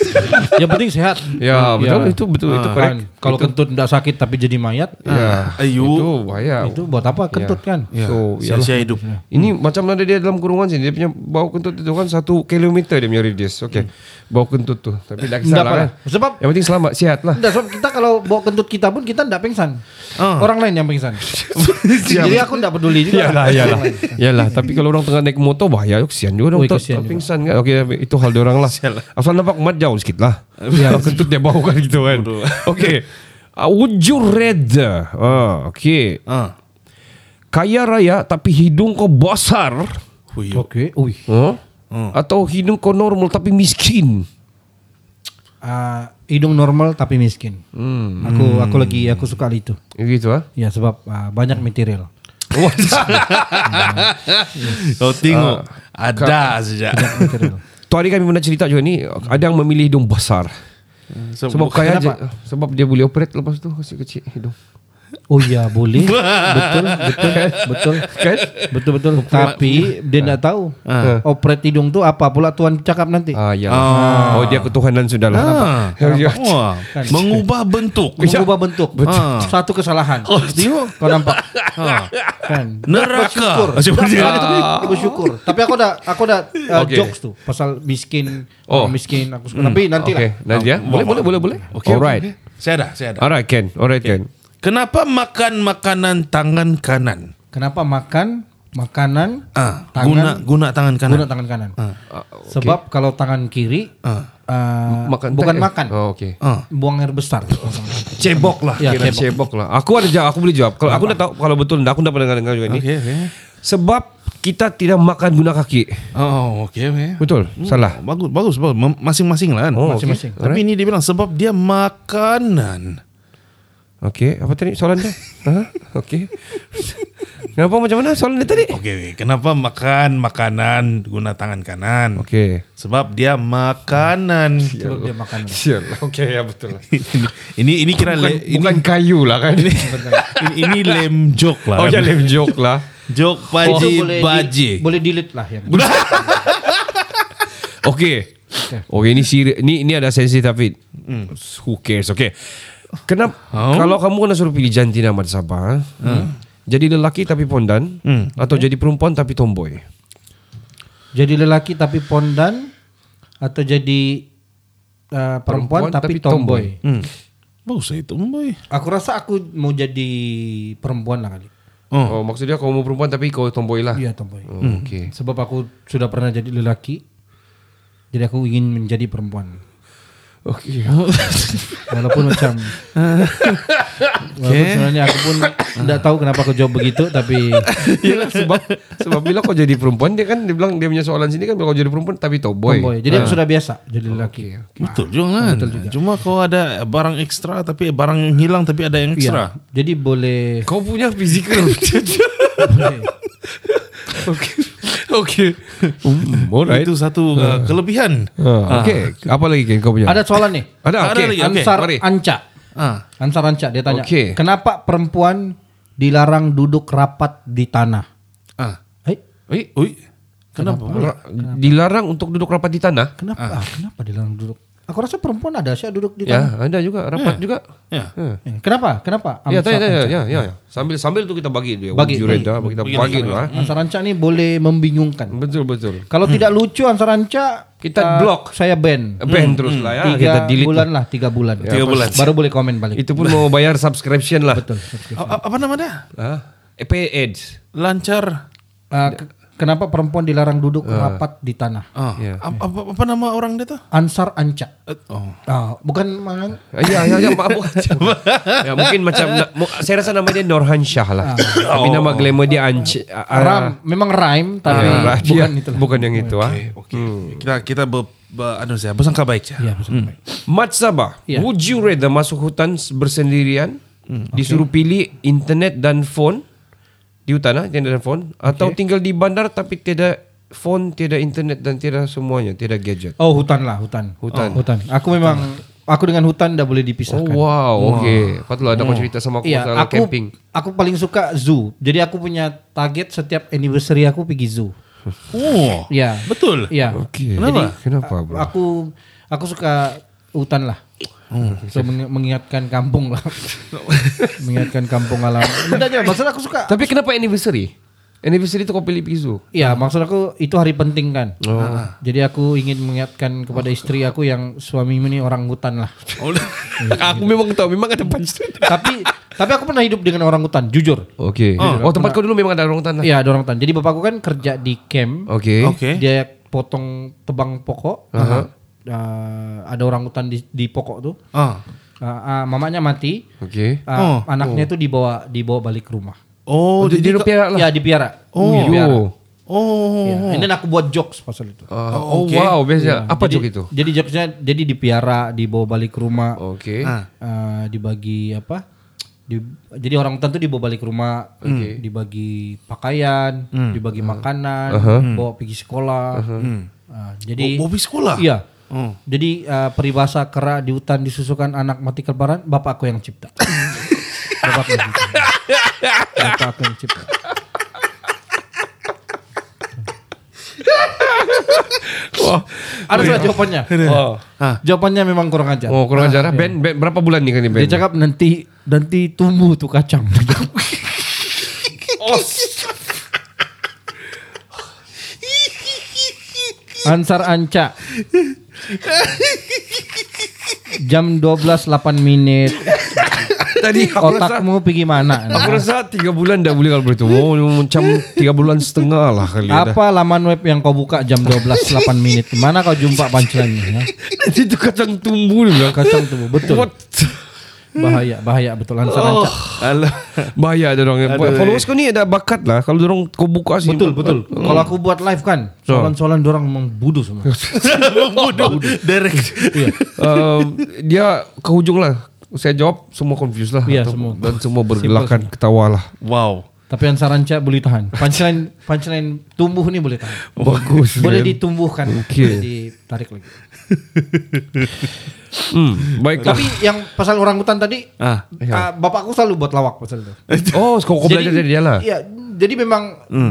[SPEAKER 7] yang penting sehat.
[SPEAKER 4] Ya, betul
[SPEAKER 7] Iya.
[SPEAKER 4] itu betul itu
[SPEAKER 7] Kan,
[SPEAKER 4] correct.
[SPEAKER 7] Kalau
[SPEAKER 4] Itu-
[SPEAKER 7] kentut tidak sakit tapi jadi mayat, ah,
[SPEAKER 4] Ya,
[SPEAKER 5] Ayu.
[SPEAKER 4] itu bahaya.
[SPEAKER 7] itu buat apa kentut
[SPEAKER 4] Iya.
[SPEAKER 7] kan?
[SPEAKER 4] So, iyalah.
[SPEAKER 5] Sia-sia hidup.
[SPEAKER 4] Ini macam ada dia dalam kurungan sini dia punya bau kentut itu kan satu kilometer dia punya radius. Oke. Bau kentut tuh. Tapi tidak
[SPEAKER 7] Nggak
[SPEAKER 4] kisah lah
[SPEAKER 7] apa-apa.
[SPEAKER 4] kan.
[SPEAKER 7] Sebab
[SPEAKER 4] Yang penting selamat, sehat lah.
[SPEAKER 7] Nggak, sebab kita kalau bawa kentut kita pun kita enggak pengsan.
[SPEAKER 4] Ah.
[SPEAKER 7] Orang lain yang pengsan. Jadi aku enggak peduli juga.
[SPEAKER 4] Yalah, yalah. yalah, tapi kalau orang tengah naik motor bahaya juga kesian juga
[SPEAKER 7] Oi,
[SPEAKER 4] dong.
[SPEAKER 7] kesian
[SPEAKER 4] tak- tak
[SPEAKER 7] juga.
[SPEAKER 4] Pingsan kan. Oke, itu hal dia orang lah. Asal nampak mat jauh sikit lah. Kalau kentut dia bau kan gitu kan. Oke. Uh, would you rather? Ah, oke.
[SPEAKER 5] Ah.
[SPEAKER 4] Kaya raya tapi hidung kau besar.
[SPEAKER 5] Ui.
[SPEAKER 7] Oke, uy.
[SPEAKER 4] Huh? Atau hidung kau normal tapi miskin.
[SPEAKER 7] Ah, hidung normal tapi miskin.
[SPEAKER 4] Hmm.
[SPEAKER 7] Aku aku lagi aku suka itu.
[SPEAKER 4] Gitu ah.
[SPEAKER 7] Ya sebab ah, banyak material.
[SPEAKER 5] Kau tengok.
[SPEAKER 4] Ah,
[SPEAKER 5] Ada saja.
[SPEAKER 7] Material.
[SPEAKER 4] Tu hari kami pernah cerita juga ni Ada yang memilih hidung besar Sebab kaya je,
[SPEAKER 7] Kenapa?
[SPEAKER 4] Sebab dia boleh operate Lepas tu kasih kecil hidung
[SPEAKER 7] Oh iya boleh. betul, betul, betul.
[SPEAKER 4] Kan?
[SPEAKER 7] Betul betul. Tapi dia enggak tahu. Operet hidung tuh apa pula Tuhan cakap nanti.
[SPEAKER 4] Ah ya. Oh dia ketuhanan sudah lah.
[SPEAKER 5] Ah,
[SPEAKER 4] Ya,
[SPEAKER 5] Wah, mengubah bentuk.
[SPEAKER 7] mengubah bentuk. Ah. Satu kesalahan. Oh, Kau nampak. Kan.
[SPEAKER 5] Neraka.
[SPEAKER 7] Bersyukur.
[SPEAKER 5] Seperti-
[SPEAKER 7] Aku bersyukur. Tapi aku udah aku udah uh,
[SPEAKER 4] Oke.
[SPEAKER 7] jokes tuh pasal miskin,
[SPEAKER 4] Oh.
[SPEAKER 7] orang miskin aku suka. Tapi nanti lah.
[SPEAKER 4] Okey, Nadia. Boleh boleh boleh boleh.
[SPEAKER 5] Okey,
[SPEAKER 4] Alright.
[SPEAKER 5] okey, okey. Saya ada, saya ada.
[SPEAKER 4] Alright Ken. Alright Ken.
[SPEAKER 5] Kenapa makan makanan tangan kanan?
[SPEAKER 7] Kenapa makan makanan
[SPEAKER 5] Ah,
[SPEAKER 7] tangan
[SPEAKER 5] guna guna tangan kanan. Ah.
[SPEAKER 7] guna tangan kanan?
[SPEAKER 4] Ah,
[SPEAKER 7] Sebab kalau tangan kiri eh,
[SPEAKER 4] Makan
[SPEAKER 7] bukan
[SPEAKER 4] tak, eh?
[SPEAKER 7] makan,
[SPEAKER 4] Oh okey.
[SPEAKER 5] Ah.
[SPEAKER 7] buang air besar.
[SPEAKER 5] Cebok lah.
[SPEAKER 7] ya,
[SPEAKER 4] Kira
[SPEAKER 7] cebok.
[SPEAKER 4] cebok lah. Aku ada jawab, aku boleh jawab. Kalau aku dah tahu kalau betul dah aku dah pernah dengar juga ini.
[SPEAKER 5] Oke, oke.
[SPEAKER 4] Sebab kita tidak makan guna kaki.
[SPEAKER 5] Oh, oke, oke.
[SPEAKER 4] Betul. Salah.
[SPEAKER 5] Bagus, bagus, bagus. Mem- Masing-masing lah kan.
[SPEAKER 4] Oh, okey.
[SPEAKER 7] Masing-masing.
[SPEAKER 5] Tapi ini dia bilang sebab dia makanan.
[SPEAKER 4] Okey, apa tadi soalan dia? Ha? Okey. Kenapa macam mana soalan dia tadi?
[SPEAKER 5] Oke, oke. kenapa makan makanan guna tangan kanan?
[SPEAKER 4] Okey.
[SPEAKER 5] Sebab dia makanan.
[SPEAKER 7] Sebab dia makan.
[SPEAKER 4] Sial. Okey, ya betul lah.
[SPEAKER 5] ini ini kira
[SPEAKER 4] Bukan,
[SPEAKER 5] le- ini,
[SPEAKER 4] bukan kayu lah kan.
[SPEAKER 5] ini, ini lem joke lah.
[SPEAKER 4] Oh, ya
[SPEAKER 5] kan?
[SPEAKER 4] lem joke lah.
[SPEAKER 5] Joke
[SPEAKER 7] Itu
[SPEAKER 5] baji
[SPEAKER 7] boleh di-
[SPEAKER 5] baji.
[SPEAKER 7] boleh delete lah ya. yang.
[SPEAKER 4] Okey. Okey Oh, ini siri ini ini ada sensi tapi Hmm. who cares. Okey. Kenapa kalau kamu kena suruh pilih jantina sama siapa? Hmm. Jadi lelaki tapi pondan atau jadi perempuan tapi tomboy?
[SPEAKER 7] Jadi lelaki tapi pondan atau jadi uh, perempuan,
[SPEAKER 4] Perempuan
[SPEAKER 7] tapi,
[SPEAKER 4] tapi tomboy.
[SPEAKER 7] tomboy.
[SPEAKER 5] Hmm. Bagus itu, boy.
[SPEAKER 7] Aku rasa aku mau jadi perempuan lah kali.
[SPEAKER 4] Oh, maksudnya kau mau perempuan tapi kau tomboy lah.
[SPEAKER 7] Iya tomboy.
[SPEAKER 4] Oh, Oke.
[SPEAKER 7] Sebab aku sudah pernah jadi lelaki. Jadi aku ingin menjadi perempuan.
[SPEAKER 4] Oke.
[SPEAKER 7] Walaupun macam Walaupun sebenarnya aku pun Tidak tahu kenapa aku jawab begitu Tapi
[SPEAKER 4] Iya lah, sebab sebab bila kau jadi perempuan dia kan dia bilang dia punya soalan sini kan bila kau jadi perempuan tapi tomboy. Ah.
[SPEAKER 7] tomboy. Jadi aku sudah biasa Jadi lelaki
[SPEAKER 5] Betul juga kan. Cuma kalau ada barang ekstra tapi barang yang hilang tapi ada yang
[SPEAKER 7] Iya.
[SPEAKER 5] ekstra.
[SPEAKER 7] Jadi boleh
[SPEAKER 4] Kau punya physical.
[SPEAKER 7] Boleh
[SPEAKER 4] Oke. Oke. Hmm, alright.
[SPEAKER 5] Itu satu uh, kelebihan.
[SPEAKER 4] Ah, Oke, apa lagi Ken kau punya?
[SPEAKER 7] Ada soalan nih
[SPEAKER 4] Ya. Ada,
[SPEAKER 5] Ada
[SPEAKER 4] oke.
[SPEAKER 5] lagi, oke,
[SPEAKER 7] Ansar
[SPEAKER 4] mari.
[SPEAKER 7] Anca
[SPEAKER 5] Ah.
[SPEAKER 7] Ansar Anca dia tanya
[SPEAKER 4] Oke.
[SPEAKER 7] Kenapa perempuan Dilarang duduk rapat di tanah
[SPEAKER 5] Ah.
[SPEAKER 7] Eh
[SPEAKER 4] Oi,
[SPEAKER 5] Ui. Kenapa?
[SPEAKER 4] ra- dilarang untuk duduk rapat di tanah?
[SPEAKER 7] kenapa ah, Kenapa dilarang duduk Aku rasa perempuan ada sih duduk di
[SPEAKER 4] Ya,
[SPEAKER 7] tanah
[SPEAKER 4] ada juga rapat juga.
[SPEAKER 5] Ya.
[SPEAKER 4] Hmm.
[SPEAKER 7] Eh, Kenapa Kenapa
[SPEAKER 4] Ya,
[SPEAKER 7] Ansar
[SPEAKER 4] tanya, tanya,
[SPEAKER 7] Anca?
[SPEAKER 4] ya, ya, ya. Sambil sambil tuh kita bagi dia.
[SPEAKER 7] Bagi,
[SPEAKER 4] Jureda,
[SPEAKER 7] bagi.
[SPEAKER 4] kita bagi tuh. ah.
[SPEAKER 7] Ansar Anca nih boleh membingungkan
[SPEAKER 4] Betul betul.
[SPEAKER 7] Kalau tidak lucu Ansar Anca
[SPEAKER 4] Kita
[SPEAKER 7] eh,
[SPEAKER 4] blok.
[SPEAKER 7] Saya ban. Hmm.
[SPEAKER 4] Band terus lah ya.
[SPEAKER 7] Tiga
[SPEAKER 4] kita delete.
[SPEAKER 7] bulan lah, tiga bulan.
[SPEAKER 5] Tiga
[SPEAKER 7] Terus
[SPEAKER 5] bulan.
[SPEAKER 7] Baru boleh komen balik.
[SPEAKER 4] Itu pun mau bayar subscription lah.
[SPEAKER 7] Betul.
[SPEAKER 5] A- a- apa namanya?
[SPEAKER 4] Hah? EP ads.
[SPEAKER 5] Lancar.
[SPEAKER 7] Eh, ke- kenapa perempuan dilarang duduk rapat di tanah?
[SPEAKER 5] Ah.
[SPEAKER 4] Iya.
[SPEAKER 5] Apa, apa, apa nama orang dia tuh?
[SPEAKER 7] Ansar Anca.
[SPEAKER 5] Eh, Oh.
[SPEAKER 7] Ah, bukan mangan.
[SPEAKER 4] Ah, Iya, iya, iya, maaf. ya, mungkin macam na- mu- saya rasa namanya Norhan Shah lah.
[SPEAKER 7] Ah.
[SPEAKER 4] Tapi
[SPEAKER 7] Oh.
[SPEAKER 4] nama glamour dia Ah, Anc Aram.
[SPEAKER 7] Ram, memang rhyme tapi bukan itu lah.
[SPEAKER 4] ya. Bukan yang itu ah.
[SPEAKER 5] Oke. oke. Kita kita ber, ber, anu saya bersangka baik ya.
[SPEAKER 7] Iya, betul.
[SPEAKER 4] Mat Sabah,
[SPEAKER 7] Iya.
[SPEAKER 4] would you rather masuk hutan bersendirian, disuruh pilih internet dan phone di hutan ah, internet dan phone atau tinggal di bandar tapi tiada phone, tiada internet dan tiada semuanya, tiada gadget.
[SPEAKER 7] Oh, hutan lah, hutan.
[SPEAKER 4] Hutan.
[SPEAKER 7] Oh, hutan. Aku memang aku dengan hutan tidak boleh
[SPEAKER 4] Oh
[SPEAKER 7] dipisahkan.
[SPEAKER 4] wow, oke. Patutlah ada kau cerita sama aku
[SPEAKER 7] Iya,
[SPEAKER 4] soal
[SPEAKER 7] aku
[SPEAKER 4] camping.
[SPEAKER 7] aku paling suka zoo. Jadi aku punya target setiap anniversary aku pergi zoo.
[SPEAKER 5] Oh.
[SPEAKER 7] Iya.
[SPEAKER 5] Betul.
[SPEAKER 7] Iya.
[SPEAKER 4] Oke.
[SPEAKER 5] Kenapa?
[SPEAKER 4] Jadi, Kenapa, Bro?
[SPEAKER 7] Aku aku suka hutan lah.
[SPEAKER 4] Hmm.
[SPEAKER 7] So, meng- mengingatkan kampung lah. mengingatkan kampung halaman. Udah aja, maksud aku suka.
[SPEAKER 4] Tapi kenapa anniversary? Anniversary itu kau pilih pisu.
[SPEAKER 7] Iya, maksud aku itu hari penting kan.
[SPEAKER 4] Oh.
[SPEAKER 7] Jadi aku ingin mengingatkan kepada istri aku yang suamimu ini orang hutan lah.
[SPEAKER 5] Oh,
[SPEAKER 4] aku memang tahu memang ada punchline.
[SPEAKER 7] tapi tapi aku pernah hidup dengan orang hutan, jujur.
[SPEAKER 4] Oke. Oh, tempat kau dulu memang ada orang tanah.
[SPEAKER 7] Iya, ada orang hutan. Jadi bapakku kan kerja di camp.
[SPEAKER 4] Oke.
[SPEAKER 5] Oke.
[SPEAKER 7] Dia potong tebang pokok. Uh, ada orang hutan di, di pokok tuh.
[SPEAKER 5] Ah.
[SPEAKER 7] Uh, uh, mamanya mati.
[SPEAKER 4] Oke.
[SPEAKER 7] Uh, Anaknya itu dibawa dibawa balik ke rumah.
[SPEAKER 5] Oh,
[SPEAKER 4] Jadi
[SPEAKER 5] jadi
[SPEAKER 4] dia Oh. piara lah.
[SPEAKER 7] Ya dipiara.
[SPEAKER 4] Oh,
[SPEAKER 7] Dipiara.
[SPEAKER 4] yo.
[SPEAKER 5] oh.
[SPEAKER 7] Ya. And then aku buat jokes pasal itu. Iya.
[SPEAKER 4] Ah, oh, wow, biasa. Apa
[SPEAKER 7] Ya, jadi,
[SPEAKER 4] jok itu?
[SPEAKER 7] Jadi jokesnya jadi dipiara, dibawa balik ke rumah,
[SPEAKER 4] Oke.
[SPEAKER 5] Ah.
[SPEAKER 7] uh, dibagi apa? Di, jadi orang hutan tuh dibawa balik ke rumah,
[SPEAKER 5] Hmm.
[SPEAKER 7] dibagi pakaian, dibagi
[SPEAKER 5] Ah.
[SPEAKER 7] makanan,
[SPEAKER 5] Uh-huh.
[SPEAKER 7] bawa pergi sekolah. Uh, jadi
[SPEAKER 5] Hmm. Bawa pergi sekolah? Oh.
[SPEAKER 7] Iya. Jadi uh, peribahasa kera di hutan disusukan anak mati kelaparan, bapak aku yang cipta. bapak aku yang cipta. Bapak aku yang cipta. Ada
[SPEAKER 5] Iya.
[SPEAKER 7] sudah jawabannya.
[SPEAKER 4] Oh.
[SPEAKER 5] Ah.
[SPEAKER 7] Jawabannya memang kurang ajar.
[SPEAKER 4] Oh, kurang ajar. ah. Ben, ben, berapa bulan nih kan ini Ben?
[SPEAKER 7] Dia cakap nanti nanti tumbuh tuh kacang. Ansar Anca. Jam 12.08 menit.
[SPEAKER 4] Tadi aku rasa Ah.
[SPEAKER 7] Otakmu pergi mana? Nah,
[SPEAKER 4] aku rasa 3 bulan dah boleh kalau begitu. Oh, macam 3 bulan setengah lah kali dah.
[SPEAKER 7] Apa laman web yang kau buka jam 12.08 menit? Mana kau jumpa pancelannya?
[SPEAKER 4] Nanti itu kacang tumbuh dia bilang.
[SPEAKER 7] Kacang tumbuh, betul.
[SPEAKER 4] What? Oh.
[SPEAKER 7] Bahaya, bahaya betul Ansar Anca.
[SPEAKER 4] Alah, bahaya ada orang. Followers kau ni ada bakat lah. Kalau dorong kau buka sih.
[SPEAKER 7] eh. Betul, betul. Kalau aku buat live kan, soalan-soalan dorang memang bodoh semua.
[SPEAKER 5] Bodoh. Direct.
[SPEAKER 8] Iya.
[SPEAKER 4] um, dia ke hujung lah. Saya jawab semua confused lah.
[SPEAKER 7] Iya,
[SPEAKER 4] Atau-
[SPEAKER 7] semua.
[SPEAKER 4] Dan semua bergelakan ketawa lah.
[SPEAKER 5] Wow.
[SPEAKER 7] Tapi Ansaran Cak boleh tahan. Punchline punchline tumbuh nih boleh tahan.
[SPEAKER 4] Bagus.
[SPEAKER 7] Boleh
[SPEAKER 4] man.
[SPEAKER 7] ditumbuhkan,
[SPEAKER 4] Oke.
[SPEAKER 7] boleh ditarik lagi.
[SPEAKER 4] Hmm, baiklah.
[SPEAKER 7] Tapi yang pasal orang hutan tadi,
[SPEAKER 5] Ah,
[SPEAKER 7] ah, bapakku selalu buat lawak pasal itu.
[SPEAKER 4] ya. oh, kau, kau belajar dari dia lah. Hmm.
[SPEAKER 7] Iya, jadi memang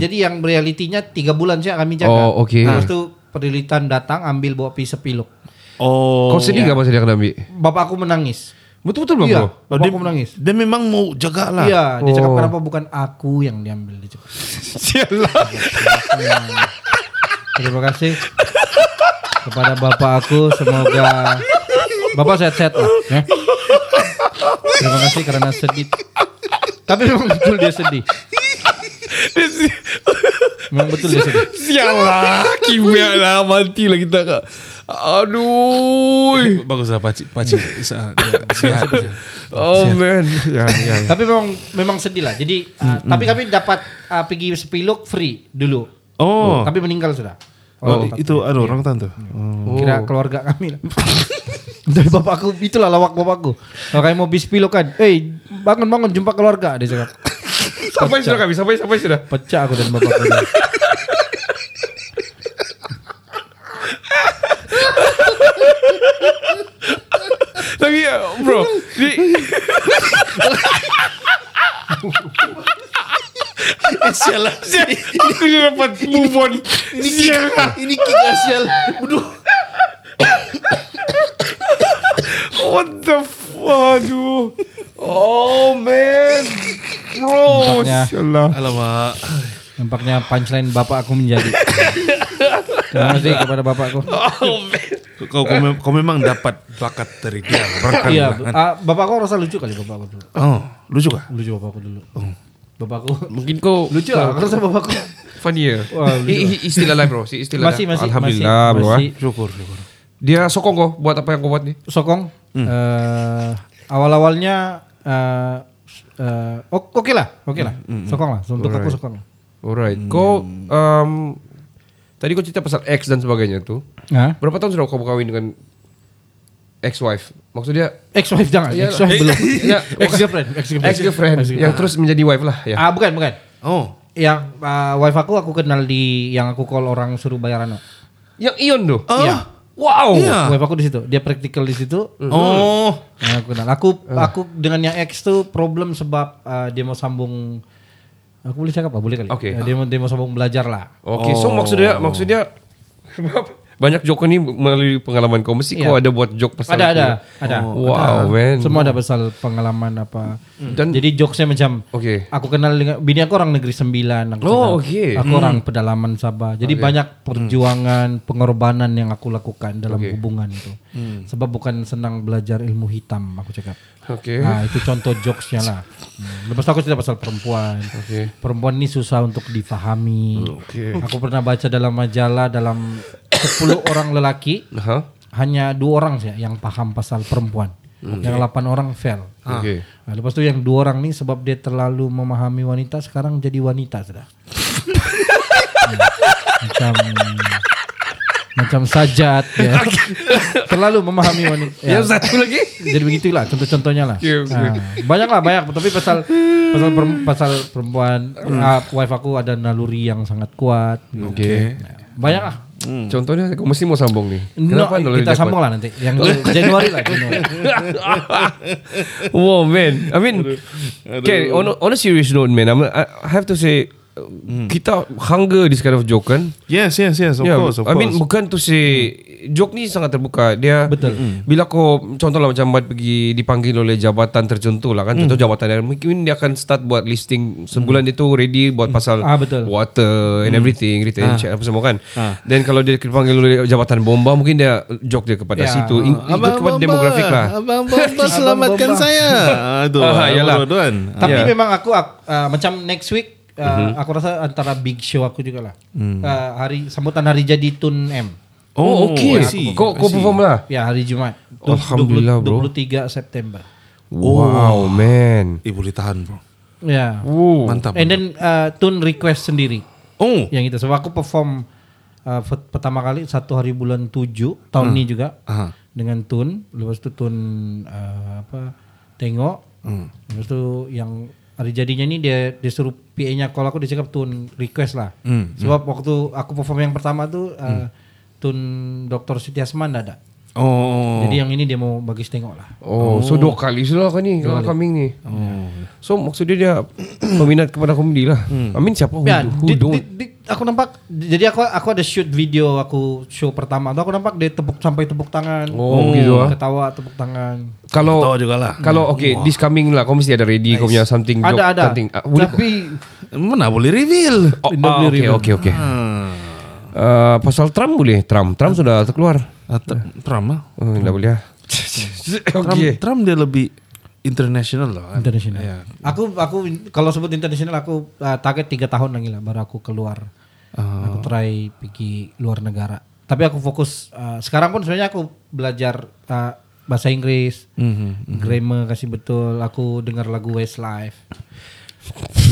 [SPEAKER 7] jadi yang realitinya tiga bulan sih kami jaga.
[SPEAKER 4] Oh, oke.
[SPEAKER 7] Terus tuh penelitian datang ambil bawa pi sepiluk.
[SPEAKER 5] Oh.
[SPEAKER 4] Kau
[SPEAKER 8] Iya.
[SPEAKER 4] sedih gak masa dia kena ambil?
[SPEAKER 7] Bapakku menangis.
[SPEAKER 4] Betul-betul belum
[SPEAKER 7] Iya,
[SPEAKER 4] kau?
[SPEAKER 8] Oh,
[SPEAKER 5] dia,
[SPEAKER 7] bapakku menangis.
[SPEAKER 5] dia memang mau jaga lah.
[SPEAKER 7] Iya, dia cakap
[SPEAKER 4] Oh.
[SPEAKER 8] Oh.
[SPEAKER 7] kenapa bukan aku yang diambil dia cakap.
[SPEAKER 4] Sialah.
[SPEAKER 7] Terima kasih kepada bapak aku semoga bapak sehat-sehat lah ya. Terima kasih karena sedih. Tapi memang betul dia sedih. Memang betul dia sedih.
[SPEAKER 9] Sialah Kimia lah Mati lah kita kak Aduh
[SPEAKER 8] Bagus lah Pakcik Pakcik sa- ya, Sihat
[SPEAKER 9] Oh man ya, ya, ya.
[SPEAKER 7] Tapi memang memang sedih lah. Jadi uh,
[SPEAKER 5] Hmm,
[SPEAKER 7] tapi kami dapat uh, pergi sepiluk free dulu.
[SPEAKER 5] Oh.
[SPEAKER 7] Tapi meninggal sudah.
[SPEAKER 5] Oh,
[SPEAKER 7] tak-
[SPEAKER 5] itu aduh orang tantu.
[SPEAKER 9] Oh.
[SPEAKER 7] kira keluarga kami lah. Oh. Dari bapakku itulah lawak bapakku. Kalau kayak mau bispilok kan, eh bangun bangun jumpa keluarga dia cakap.
[SPEAKER 4] Sampai sudah kami, sampai sampai sudah.
[SPEAKER 7] Pecah aku dan bapakku.
[SPEAKER 9] Tapi ya, bro di,
[SPEAKER 8] Sialah
[SPEAKER 9] Aku sudah dapat move on
[SPEAKER 8] Ini kira Ini kira sial Aduh
[SPEAKER 9] What the fuck Aduh Oh man
[SPEAKER 4] Oh,
[SPEAKER 9] Bro
[SPEAKER 7] Nampaknya.
[SPEAKER 9] Sialah
[SPEAKER 8] Alamak
[SPEAKER 7] Nampaknya punchline bapak aku menjadi. Terima kasih kepada bapakku.
[SPEAKER 8] Kau, kau, mem- kau memang dapat bakat dari dia Berkat
[SPEAKER 7] Iya,
[SPEAKER 8] lah, kan?
[SPEAKER 7] ah, bapakku rasa lucu kali bapakku dulu.
[SPEAKER 5] Oh, lucu kah?
[SPEAKER 7] Lucu bapakku dulu. Bapakku
[SPEAKER 4] Oh. Mungkin kau
[SPEAKER 7] lucu lah, aku rasa bapakku.
[SPEAKER 4] funny ya.
[SPEAKER 7] Wah, lucu.
[SPEAKER 4] He- he- he still alive bro, he still alive.
[SPEAKER 7] Masih masih
[SPEAKER 4] Alhamdulillah
[SPEAKER 7] masih,
[SPEAKER 4] bro. ah.
[SPEAKER 7] masih.
[SPEAKER 8] Syukur syukur
[SPEAKER 4] Dia sokong kok buat apa yang kau buat nih.
[SPEAKER 7] Sokong.
[SPEAKER 4] Hmm.
[SPEAKER 7] eh, awal-awalnya eh, eh, o- oke lah, oke lah. Sokong lah,
[SPEAKER 4] Hmm,
[SPEAKER 7] untuk aku
[SPEAKER 4] Alright.
[SPEAKER 7] sokong. lah.
[SPEAKER 4] Alright,
[SPEAKER 9] Hmm.
[SPEAKER 4] kau
[SPEAKER 8] um,
[SPEAKER 4] em, tadi kau cerita pasal ex dan sebagainya tuh.
[SPEAKER 7] Nah,
[SPEAKER 4] Berapa tahun sudah kau kawin dengan ex wife? Maksudnya
[SPEAKER 7] ex wife jangan,
[SPEAKER 4] Iya,
[SPEAKER 7] ex
[SPEAKER 4] eh,
[SPEAKER 7] wife belum.
[SPEAKER 4] iya,
[SPEAKER 7] ex girlfriend, ex girlfriend.
[SPEAKER 4] ex girlfriend yang terus menjadi wife lah ya.
[SPEAKER 7] Ah, bukan, bukan.
[SPEAKER 5] Oh,
[SPEAKER 7] Yang eh, wife aku aku kenal di yang aku call orang suruh bayaran.
[SPEAKER 4] Yang Ion tuh.
[SPEAKER 7] Iya. Oh,
[SPEAKER 4] Wow.
[SPEAKER 8] Iya.
[SPEAKER 7] Wife aku di situ, dia praktikal di situ.
[SPEAKER 9] Mm-hmm.
[SPEAKER 5] oh,
[SPEAKER 7] Yang aku kenal. Aku aku dengan yang ex tuh problem sebab eh, dia mau sambung Aku boleh cakap apa? Boleh kali.
[SPEAKER 4] Oke.
[SPEAKER 7] Eh, Dia mau dia mau sambung belajar lah.
[SPEAKER 4] Oke, so maksudnya maksudnya banyak joke ini melalui pengalaman kau mesti kau ada
[SPEAKER 7] Iya.
[SPEAKER 4] buat joke pasal
[SPEAKER 7] Ya. Ada ada
[SPEAKER 4] itu.
[SPEAKER 7] ada.
[SPEAKER 4] Oh, Wow,
[SPEAKER 7] Ada.
[SPEAKER 4] man.
[SPEAKER 7] Semua ada pasal pengalaman apa.
[SPEAKER 4] Dan-
[SPEAKER 7] Dan jadi jokesnya macam
[SPEAKER 4] Oke.
[SPEAKER 7] Aku kenal dengan bini aku orang negeri sembilan. Aku
[SPEAKER 4] Oh,
[SPEAKER 7] kenal.
[SPEAKER 4] oke. Hmm.
[SPEAKER 7] Aku orang pedalaman Sabah. Jadi banyak perjuangan, pengorbanan yang aku lakukan dalam
[SPEAKER 4] Oke. Hmm.
[SPEAKER 7] hubungan itu. Sebab bukan senang belajar ilmu hitam, aku cakap.
[SPEAKER 4] Oke.
[SPEAKER 7] Nah, itu contoh jokesnya lah. Hmm. Lepas itu aku cerita pasal perempuan.
[SPEAKER 4] Oke. Hmm,
[SPEAKER 7] Perempuan ini susah untuk difahami.
[SPEAKER 4] Oke.
[SPEAKER 7] Aku pernah baca dalam majalah dalam 10 orang lelaki
[SPEAKER 4] Aha.
[SPEAKER 7] hanya dua orang sih yang paham pasal perempuan. Yang delapan orang fail.
[SPEAKER 4] Hmm. Ah. Oke.
[SPEAKER 7] Nah, lepas itu yang dua orang nih sebab dia terlalu memahami wanita sekarang jadi wanita sudah. Hmm. macam macam sajat ya. terlalu memahami wanita. Ya.
[SPEAKER 4] Yang satu lagi.
[SPEAKER 7] Jadi begitulah contoh-contohnya lah.
[SPEAKER 4] Oke, oke.
[SPEAKER 7] Nah, banyak lah banyak tapi pasal pasal perem- pasal perempuan ah, wife aku ada naluri yang sangat kuat.
[SPEAKER 4] Hmm. Oke.
[SPEAKER 7] Nah, banyak lah.
[SPEAKER 4] Contohnya kau mesti mau sambung nih.
[SPEAKER 7] No,
[SPEAKER 4] nolak
[SPEAKER 7] kita
[SPEAKER 4] didapat?
[SPEAKER 7] sambung lah nanti. Yang Januari lah. Januari.
[SPEAKER 4] wow man, I mean, okay, on, a- on a serious note man, I'm, I have to say, uh,
[SPEAKER 7] Hmm.
[SPEAKER 4] kita hunger this kind of joke kan.
[SPEAKER 5] yes, yes, yes, of
[SPEAKER 4] Yeah,
[SPEAKER 5] course, of
[SPEAKER 4] Ya, I mean
[SPEAKER 5] course. Hmm.
[SPEAKER 4] bukan to say joke ni sangat terbuka dia.
[SPEAKER 7] Betul.
[SPEAKER 4] Bila kau contoh lah macam buat pergi dipanggil oleh jabatan tertentu lah kan
[SPEAKER 5] Hmm.
[SPEAKER 4] contoh jabatan yang mungkin dia akan start buat listing sebulan dia tu ready buat
[SPEAKER 5] Hmm.
[SPEAKER 4] pasal
[SPEAKER 7] Ah, betul.
[SPEAKER 4] water and everything
[SPEAKER 5] Ah.
[SPEAKER 4] retention apa semua kan. Then kalau dia dipanggil oleh jabatan bomba mungkin dia joke dia kepada
[SPEAKER 7] Ya.
[SPEAKER 4] situ. In, ikut kepada
[SPEAKER 5] Abang
[SPEAKER 4] demografik lah.
[SPEAKER 5] Abang Bomba selamatkan
[SPEAKER 7] Bomba.
[SPEAKER 5] saya. Aduh,
[SPEAKER 4] Ah,
[SPEAKER 5] Abang
[SPEAKER 4] yalah.
[SPEAKER 5] Rodan.
[SPEAKER 7] Tapi
[SPEAKER 4] Yeah.
[SPEAKER 7] memang aku, ak- uh, macam next week uh, aku rasa antara big show aku juga lah. Uh, hari sambutan hari jadi Tun M.
[SPEAKER 4] Oh, okay.
[SPEAKER 5] I see,
[SPEAKER 4] Kau
[SPEAKER 5] I
[SPEAKER 4] kau
[SPEAKER 5] see.
[SPEAKER 4] perform lah.
[SPEAKER 7] Ya hari Jumat.
[SPEAKER 4] Alhamdulillah, bro.
[SPEAKER 7] 23 September.
[SPEAKER 4] Wow, man.
[SPEAKER 5] Eh,
[SPEAKER 8] Ibu ditahan bro
[SPEAKER 7] Ya.
[SPEAKER 4] Wow.
[SPEAKER 8] Mantap
[SPEAKER 7] And then uh, Tun request sendiri
[SPEAKER 5] Oh,
[SPEAKER 7] yang itu. Sebab aku perform uh, pet- pertama kali satu hari bulan 7 tahun ini juga
[SPEAKER 5] Ah.
[SPEAKER 7] dengan Tun. Lepas itu Tun uh, apa tengok.
[SPEAKER 4] Hmm.
[SPEAKER 7] Lepas itu yang hari jadinya ini dia disuruh PA-nya kalau aku dicakap Tun request lah.
[SPEAKER 4] Hmm,
[SPEAKER 7] Sebab waktu aku perform yang pertama tuh uh, Tun Dr. Sutiasman nggak ada.
[SPEAKER 5] oh,
[SPEAKER 7] Jadi yang ini dia mau bagi tengok lah.
[SPEAKER 4] Oh, so dua kali sudah kan ni kalau coming ni. Oh. So maksudnya dia peminat kepada komedi lah. I mean siapa who,
[SPEAKER 7] Ya,
[SPEAKER 4] do- who
[SPEAKER 7] di-
[SPEAKER 4] don't?
[SPEAKER 7] di- di- aku nampak jadi aku aku ada shoot video aku show pertama tuh aku nampak dia tepuk sampai tepuk tangan. Hmm,
[SPEAKER 4] Oh, gitu ah.
[SPEAKER 7] Ketawa tepuk tangan.
[SPEAKER 4] kalau
[SPEAKER 5] Tahu juga lah.
[SPEAKER 4] Kalau okay, this coming lah kau mesti ada ready kau punya something
[SPEAKER 7] Ada
[SPEAKER 4] joke,
[SPEAKER 7] ada.
[SPEAKER 4] something. Ah, boleh Oh, ah,
[SPEAKER 7] Tapi
[SPEAKER 5] mana boleh reveal?
[SPEAKER 7] Ah.
[SPEAKER 4] kau- oh, ah, okay, okay, okay. eh, pasal Trump boleh Trump Trump sudah keluar
[SPEAKER 8] Ah, Tr- Trump lah.
[SPEAKER 4] oh, tidak boleh ah.
[SPEAKER 8] Trump,
[SPEAKER 4] oke
[SPEAKER 8] Trump dia lebih international lah. kan.
[SPEAKER 7] internasional.
[SPEAKER 5] Ya.
[SPEAKER 8] Iya.
[SPEAKER 7] Aku aku kalau sebut internasional aku uh, target tiga tahun lagi lah baru aku keluar. Aku try pergi luar negara. Tapi aku fokus uh, sekarang pun sebenarnya aku belajar uh, bahasa Inggris, grammar kasih betul. Aku dengar lagu Westlife.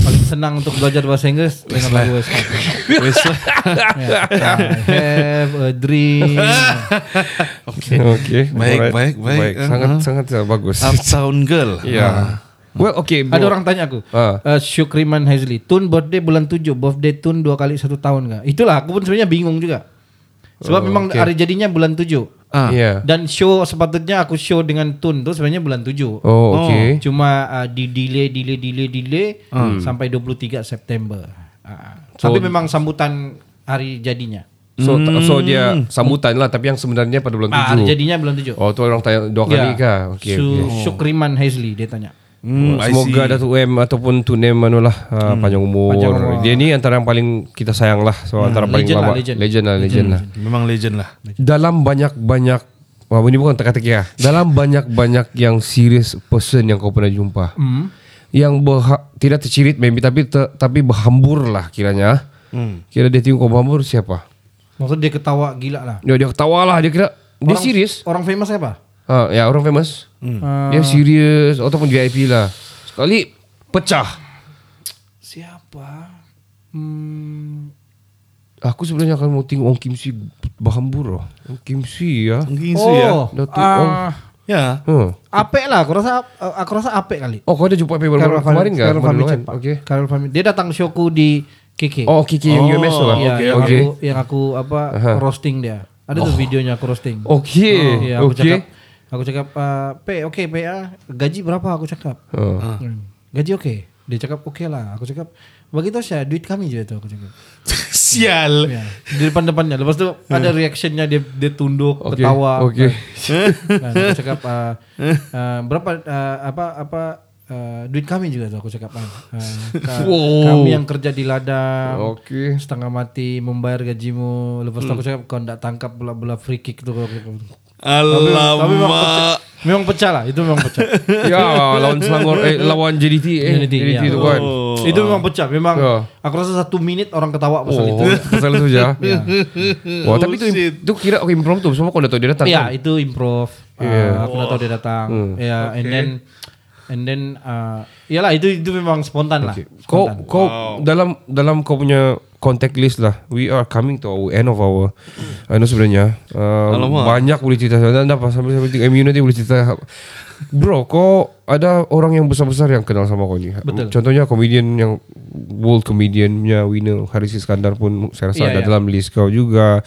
[SPEAKER 7] Paling senang untuk belajar bahasa Inggris dengan lagu Westlife. Ya. I have a dream.
[SPEAKER 4] oke
[SPEAKER 8] Baik,
[SPEAKER 4] Alright.
[SPEAKER 8] baik, baik.
[SPEAKER 4] sangat
[SPEAKER 8] Uh-huh.
[SPEAKER 4] sangat eh, bagus
[SPEAKER 5] Ah.
[SPEAKER 8] Uptown girl.
[SPEAKER 4] ya well oke bro.
[SPEAKER 7] Ada orang tanya aku.
[SPEAKER 4] Ah.
[SPEAKER 7] eh, Syukriman Hazli, Tun birthday bulan 7, birthday Tun dua kali satu tahun enggak? Itulah aku pun sebenarnya bingung juga.
[SPEAKER 4] Oh,
[SPEAKER 7] Sebab memang hari jadinya bulan 7.
[SPEAKER 8] Ah.
[SPEAKER 4] Iya.
[SPEAKER 7] Dan show sepatutnya aku show dengan Tun tuh sebenarnya bulan 7.
[SPEAKER 4] oh oke
[SPEAKER 7] Cuma eh, di delay delay delay delay
[SPEAKER 4] Hmm.
[SPEAKER 7] sampai 23 September. Ah. Tapi memang sambutan hari jadinya.
[SPEAKER 4] so so dia sambutan lah tapi yang sebenarnya pada bulan
[SPEAKER 7] Ah, hari
[SPEAKER 4] 7
[SPEAKER 7] jadinya bulan 7.
[SPEAKER 4] oh itu orang tanya dua kali
[SPEAKER 7] Ya.
[SPEAKER 4] kah oke oke.
[SPEAKER 7] Syukriman Hazli dia tanya.
[SPEAKER 8] Hmm, I
[SPEAKER 4] Semoga
[SPEAKER 8] see.
[SPEAKER 4] Datuk M ataupun Tun M anu lah uh, panjang, umur.
[SPEAKER 7] Hmm, Panjang umur. Hmm,
[SPEAKER 4] Dia ni antara yang paling kita sayang lah. So antara paling
[SPEAKER 7] Legend lah,
[SPEAKER 4] lama.
[SPEAKER 7] legend.
[SPEAKER 4] legend lah, legend lah.
[SPEAKER 5] Hmm,
[SPEAKER 8] Memang legend lah.
[SPEAKER 7] Oh.
[SPEAKER 4] Dalam banyak-banyak Wah ini bukan teka-teki ya. Dalam banyak-banyak yang serious person yang kau pernah jumpa.
[SPEAKER 7] Hmm.
[SPEAKER 4] Yang berha- tidak tercirit maybe tapi te- tapi berhambur lah kiranya. Kira dia tengok kau berhambur siapa?
[SPEAKER 7] Maksudnya dia ketawa gila lah.
[SPEAKER 4] Dia, dia ketawa lah dia kira dia serius.
[SPEAKER 7] Orang famous Ah. apa?
[SPEAKER 4] Ah, ya orang famous.
[SPEAKER 7] Hmm.
[SPEAKER 4] Dia serius ataupun VIP lah. Sekali pecah.
[SPEAKER 7] Siapa? Hmm,
[SPEAKER 4] Aku sebenarnya akan mau tengok Ong Kim Si berhambur loh. Ong Kim Si ya.
[SPEAKER 8] Mungkin sih ya.
[SPEAKER 7] oh,
[SPEAKER 4] Datuk
[SPEAKER 7] ah,
[SPEAKER 4] Ong.
[SPEAKER 8] Ya.
[SPEAKER 4] Huh.
[SPEAKER 7] Apek lah. Aku rasa, eh, aku rasa apek kali.
[SPEAKER 4] Oh kau ada jumpa Pebble baru
[SPEAKER 7] Fahmi-
[SPEAKER 4] kemarin gak?
[SPEAKER 7] Karel
[SPEAKER 4] Kemarin
[SPEAKER 7] Fahmi
[SPEAKER 4] kan?
[SPEAKER 7] Cepak.
[SPEAKER 4] Oke.
[SPEAKER 7] Karel Fahmi. Dia datang showku di KK.
[SPEAKER 4] Oh Kiki yang UMS lah.
[SPEAKER 7] Iya,
[SPEAKER 4] Oke
[SPEAKER 7] yang
[SPEAKER 4] oke.
[SPEAKER 7] aku yang aku apa roasting dia. Ada tuh videonya aku roasting.
[SPEAKER 4] Oke
[SPEAKER 7] Oh, iya,
[SPEAKER 4] oke.
[SPEAKER 7] aku cakap aku cakap eh, P oke P ah, gaji berapa aku cakap.
[SPEAKER 4] Oh.
[SPEAKER 7] Hmm, Gaji oke. Dia cakap oke lah. Aku cakap begitu saya duit kami juga tuh aku cakap.
[SPEAKER 8] Sial.
[SPEAKER 7] Ya, di depan depannya. Lepas tuh
[SPEAKER 4] Hmm.
[SPEAKER 7] ada reactionnya dia dia tunduk
[SPEAKER 4] Oke,
[SPEAKER 7] ketawa.
[SPEAKER 4] oke.
[SPEAKER 7] Nah, aku cakap eh, eh, berapa eh, apa apa eh, duit kami juga tuh aku cakap. eh, eh, Kami yang kerja di ladang.
[SPEAKER 4] Oke.
[SPEAKER 7] Setengah mati membayar gajimu. Lepas itu
[SPEAKER 4] Hmm.
[SPEAKER 7] aku cakap kau ndak tangkap bola-bola free kick tuh. Aku cakap. Tapi memang pecah,
[SPEAKER 8] Alamak.
[SPEAKER 7] memang pecah lah. Itu memang pecah.
[SPEAKER 4] Ya lawan Selangor eh lawan JDT eh
[SPEAKER 7] Jadi,
[SPEAKER 4] JDT,
[SPEAKER 7] iya.
[SPEAKER 4] itu kan.
[SPEAKER 7] Itu memang pecah. Memang
[SPEAKER 4] Ya.
[SPEAKER 7] aku rasa satu minit orang ketawa pasal
[SPEAKER 4] Oh,
[SPEAKER 7] itu.
[SPEAKER 4] pasal itu aja. Wah, tapi itu
[SPEAKER 8] Bullshit.
[SPEAKER 4] itu kira okay, impromptu semua kau dah tahu dia datang.
[SPEAKER 7] Iya,
[SPEAKER 4] kan? Iya. Hmm.
[SPEAKER 7] itu improv. Uh, aku nggak tahu dia datang. Ya, and then and then uh, iyalah itu itu memang spontan lah.
[SPEAKER 4] Kau
[SPEAKER 7] Spontan.
[SPEAKER 4] kau dalam dalam kau punya contact list lah. We are coming to our end of our anu sebenarnya. Uh,
[SPEAKER 8] Alamak.
[SPEAKER 4] banyak boleh cerita dan dan apa sambil sambil MU nanti boleh cerita. Bro, kau ada orang yang besar-besar yang kenal sama kau ni.
[SPEAKER 7] Betul.
[SPEAKER 4] Contohnya komedian yang world comedian punya winner Haris Iskandar pun saya rasa
[SPEAKER 7] Iya,
[SPEAKER 4] ada
[SPEAKER 7] iya.
[SPEAKER 4] dalam list kau juga.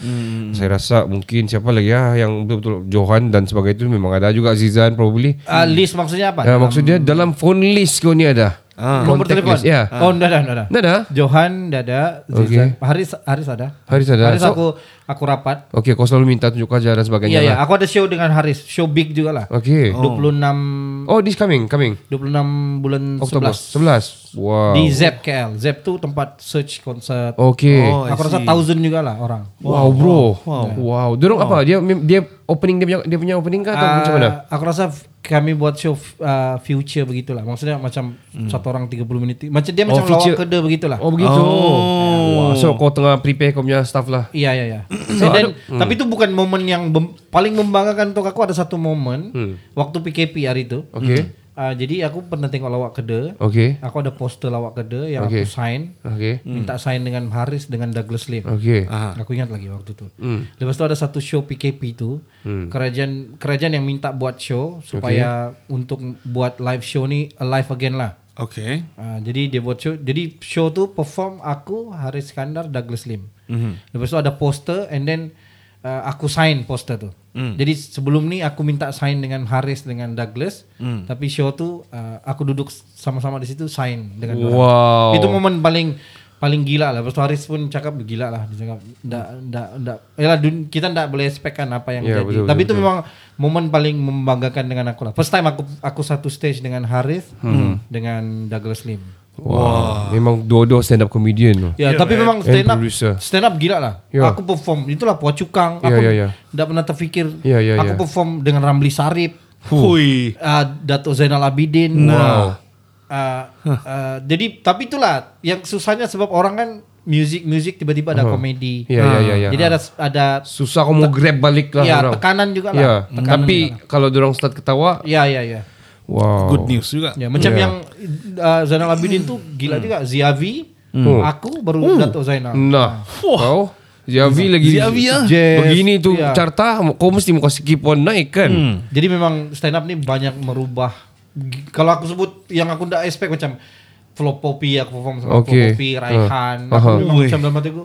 [SPEAKER 4] Saya rasa mungkin siapa lagi ya yang betul-betul Johan dan sebagainya itu memang ada juga Zizan probably.
[SPEAKER 7] Ah, list maksudnya apa?
[SPEAKER 4] Ya, maksudnya dalam phone list kau ni ada. Ah.
[SPEAKER 7] nomor telepon.
[SPEAKER 4] list, ya.
[SPEAKER 7] Oh, enggak ada, enggak ada.
[SPEAKER 4] Nada?
[SPEAKER 7] Johan dada, Zizan. Haris Haris ada.
[SPEAKER 4] Haris ada.
[SPEAKER 7] Haris
[SPEAKER 4] So-
[SPEAKER 7] aku aku rapat.
[SPEAKER 4] Oke, kau selalu minta tunjuk kerja dan sebagainya
[SPEAKER 7] Iya, iya,
[SPEAKER 4] lah.
[SPEAKER 7] aku ada show dengan Haris, show big juga lah.
[SPEAKER 4] Oke.
[SPEAKER 7] 26
[SPEAKER 4] Oh, this coming, coming.
[SPEAKER 7] 26 bulan
[SPEAKER 4] Oktober
[SPEAKER 7] 11
[SPEAKER 4] 11. Wow.
[SPEAKER 7] di Zep KL. Zep tuh tempat search konser.
[SPEAKER 4] Oke.
[SPEAKER 7] aku rasa thousand juga lah orang.
[SPEAKER 4] Wow, bro. Wow. Wow. Dorong apa? Dia dia opening dia punya dia punya opening kah atau
[SPEAKER 7] Ah,
[SPEAKER 4] macam mana?
[SPEAKER 7] Aku rasa f- kami buat show f- ah, future begitulah. Maksudnya macam satu orang 30 menit. Macam dia
[SPEAKER 4] Hmm.
[SPEAKER 7] macam lawak
[SPEAKER 4] Oh, future.
[SPEAKER 7] kede begitulah.
[SPEAKER 4] Oh, begitu. Wow. So kau tengah prepare kau punya staff lah.
[SPEAKER 7] Iya iya iya. And then,
[SPEAKER 4] Hmm.
[SPEAKER 7] Tapi itu bukan momen yang bem- paling membanggakan untuk aku ada satu momen waktu PKP hari itu.
[SPEAKER 4] Hmm. Oke.
[SPEAKER 7] Ah, jadi aku pernah tengok lawak kede.
[SPEAKER 4] Oke.
[SPEAKER 7] Aku ada poster lawak kede yang
[SPEAKER 4] Oke.
[SPEAKER 7] aku sign.
[SPEAKER 4] Oke.
[SPEAKER 7] Minta sign dengan Haris dengan Douglas Lim.
[SPEAKER 4] Oke.
[SPEAKER 7] Aku ingat lagi waktu itu. Lepas itu ada satu show PKP itu, kerajaan kerajaan yang minta buat show supaya untuk buat live show ni alive again lah.
[SPEAKER 8] Oke.
[SPEAKER 7] Ah, jadi dia buat show, jadi show tu perform aku Haris Skandar, Douglas Lim.
[SPEAKER 8] Mhm.
[SPEAKER 7] Lepas tu ada poster and then ah, aku sign poster tu.
[SPEAKER 4] Hmm.
[SPEAKER 7] Jadi sebelum ni aku minta sign dengan Haris dengan Douglas,
[SPEAKER 4] Hmm.
[SPEAKER 7] tapi show tu ah, aku duduk sama-sama di situ sign dengan dorang.
[SPEAKER 4] Wow.
[SPEAKER 7] Itu momen paling paling gila lah. Lepas tu Haris pun cakap gila lah. Dia cakap ndak ndak ndak. Yalah dun- kita ndak boleh expect kan apa yang
[SPEAKER 4] Ya,
[SPEAKER 7] jadi.
[SPEAKER 4] betul,
[SPEAKER 7] Tapi
[SPEAKER 4] betul,
[SPEAKER 7] itu memang momen paling
[SPEAKER 4] Hmm.
[SPEAKER 7] membanggakan dengan aku lah. First time aku aku satu stage dengan Haris dengan Douglas Lim.
[SPEAKER 4] Wah, memang dua-dua stand up comedian loh.
[SPEAKER 8] Iya,
[SPEAKER 7] Ya,
[SPEAKER 8] eh,
[SPEAKER 7] tapi memang stand
[SPEAKER 4] And
[SPEAKER 7] up
[SPEAKER 4] eh, producer.
[SPEAKER 7] stand up gila lah.
[SPEAKER 4] Ya.
[SPEAKER 7] Aku perform itulah Pocukang.
[SPEAKER 4] Ya,
[SPEAKER 7] Aku
[SPEAKER 4] ya, ya.
[SPEAKER 7] nggak pernah terpikir
[SPEAKER 4] Ya, ya,
[SPEAKER 7] aku
[SPEAKER 4] ya.
[SPEAKER 7] perform dengan Ramli Sarip,
[SPEAKER 8] Hui.
[SPEAKER 7] uh, Dato Zainal Abidin.
[SPEAKER 8] Nah.
[SPEAKER 7] Uh, uh, jadi tapi itulah yang susahnya sebab orang kan music music tiba-tiba ada komedi.
[SPEAKER 4] Ya, ya, ya, ya.
[SPEAKER 7] Jadi ada ada
[SPEAKER 4] Susah kamu mau grab balik lah
[SPEAKER 7] ya,
[SPEAKER 4] orang.
[SPEAKER 7] tekanan juga lah.
[SPEAKER 4] Ya,
[SPEAKER 7] Tekanan
[SPEAKER 4] tapi
[SPEAKER 7] juga
[SPEAKER 4] kalau dorong start ketawa,
[SPEAKER 7] Ya ya ya.
[SPEAKER 4] wow.
[SPEAKER 8] Good news juga.
[SPEAKER 7] Ya, macam
[SPEAKER 4] Oh. Ya.
[SPEAKER 7] yang uh, Zainal Abidin tuh gila juga. Ziavi,
[SPEAKER 4] Hmm.
[SPEAKER 7] aku baru Dato Zainal.
[SPEAKER 4] Nah, kau Javi lagi
[SPEAKER 8] Javi, ya.
[SPEAKER 4] Jazz. Begini tuh
[SPEAKER 7] Ya.
[SPEAKER 4] carta Kau mesti muka skipon naik kan
[SPEAKER 5] Hmm.
[SPEAKER 8] Hmm.
[SPEAKER 7] Hmm. Jadi memang stand up ini banyak merubah. G- Kalau aku sebut yang aku ndak expect macam Flopopi aku perform sama
[SPEAKER 4] Oke.
[SPEAKER 7] Flopopi, Raihan.
[SPEAKER 4] Ah.
[SPEAKER 7] Aku
[SPEAKER 4] Aha.
[SPEAKER 7] memang macam dalam hati aku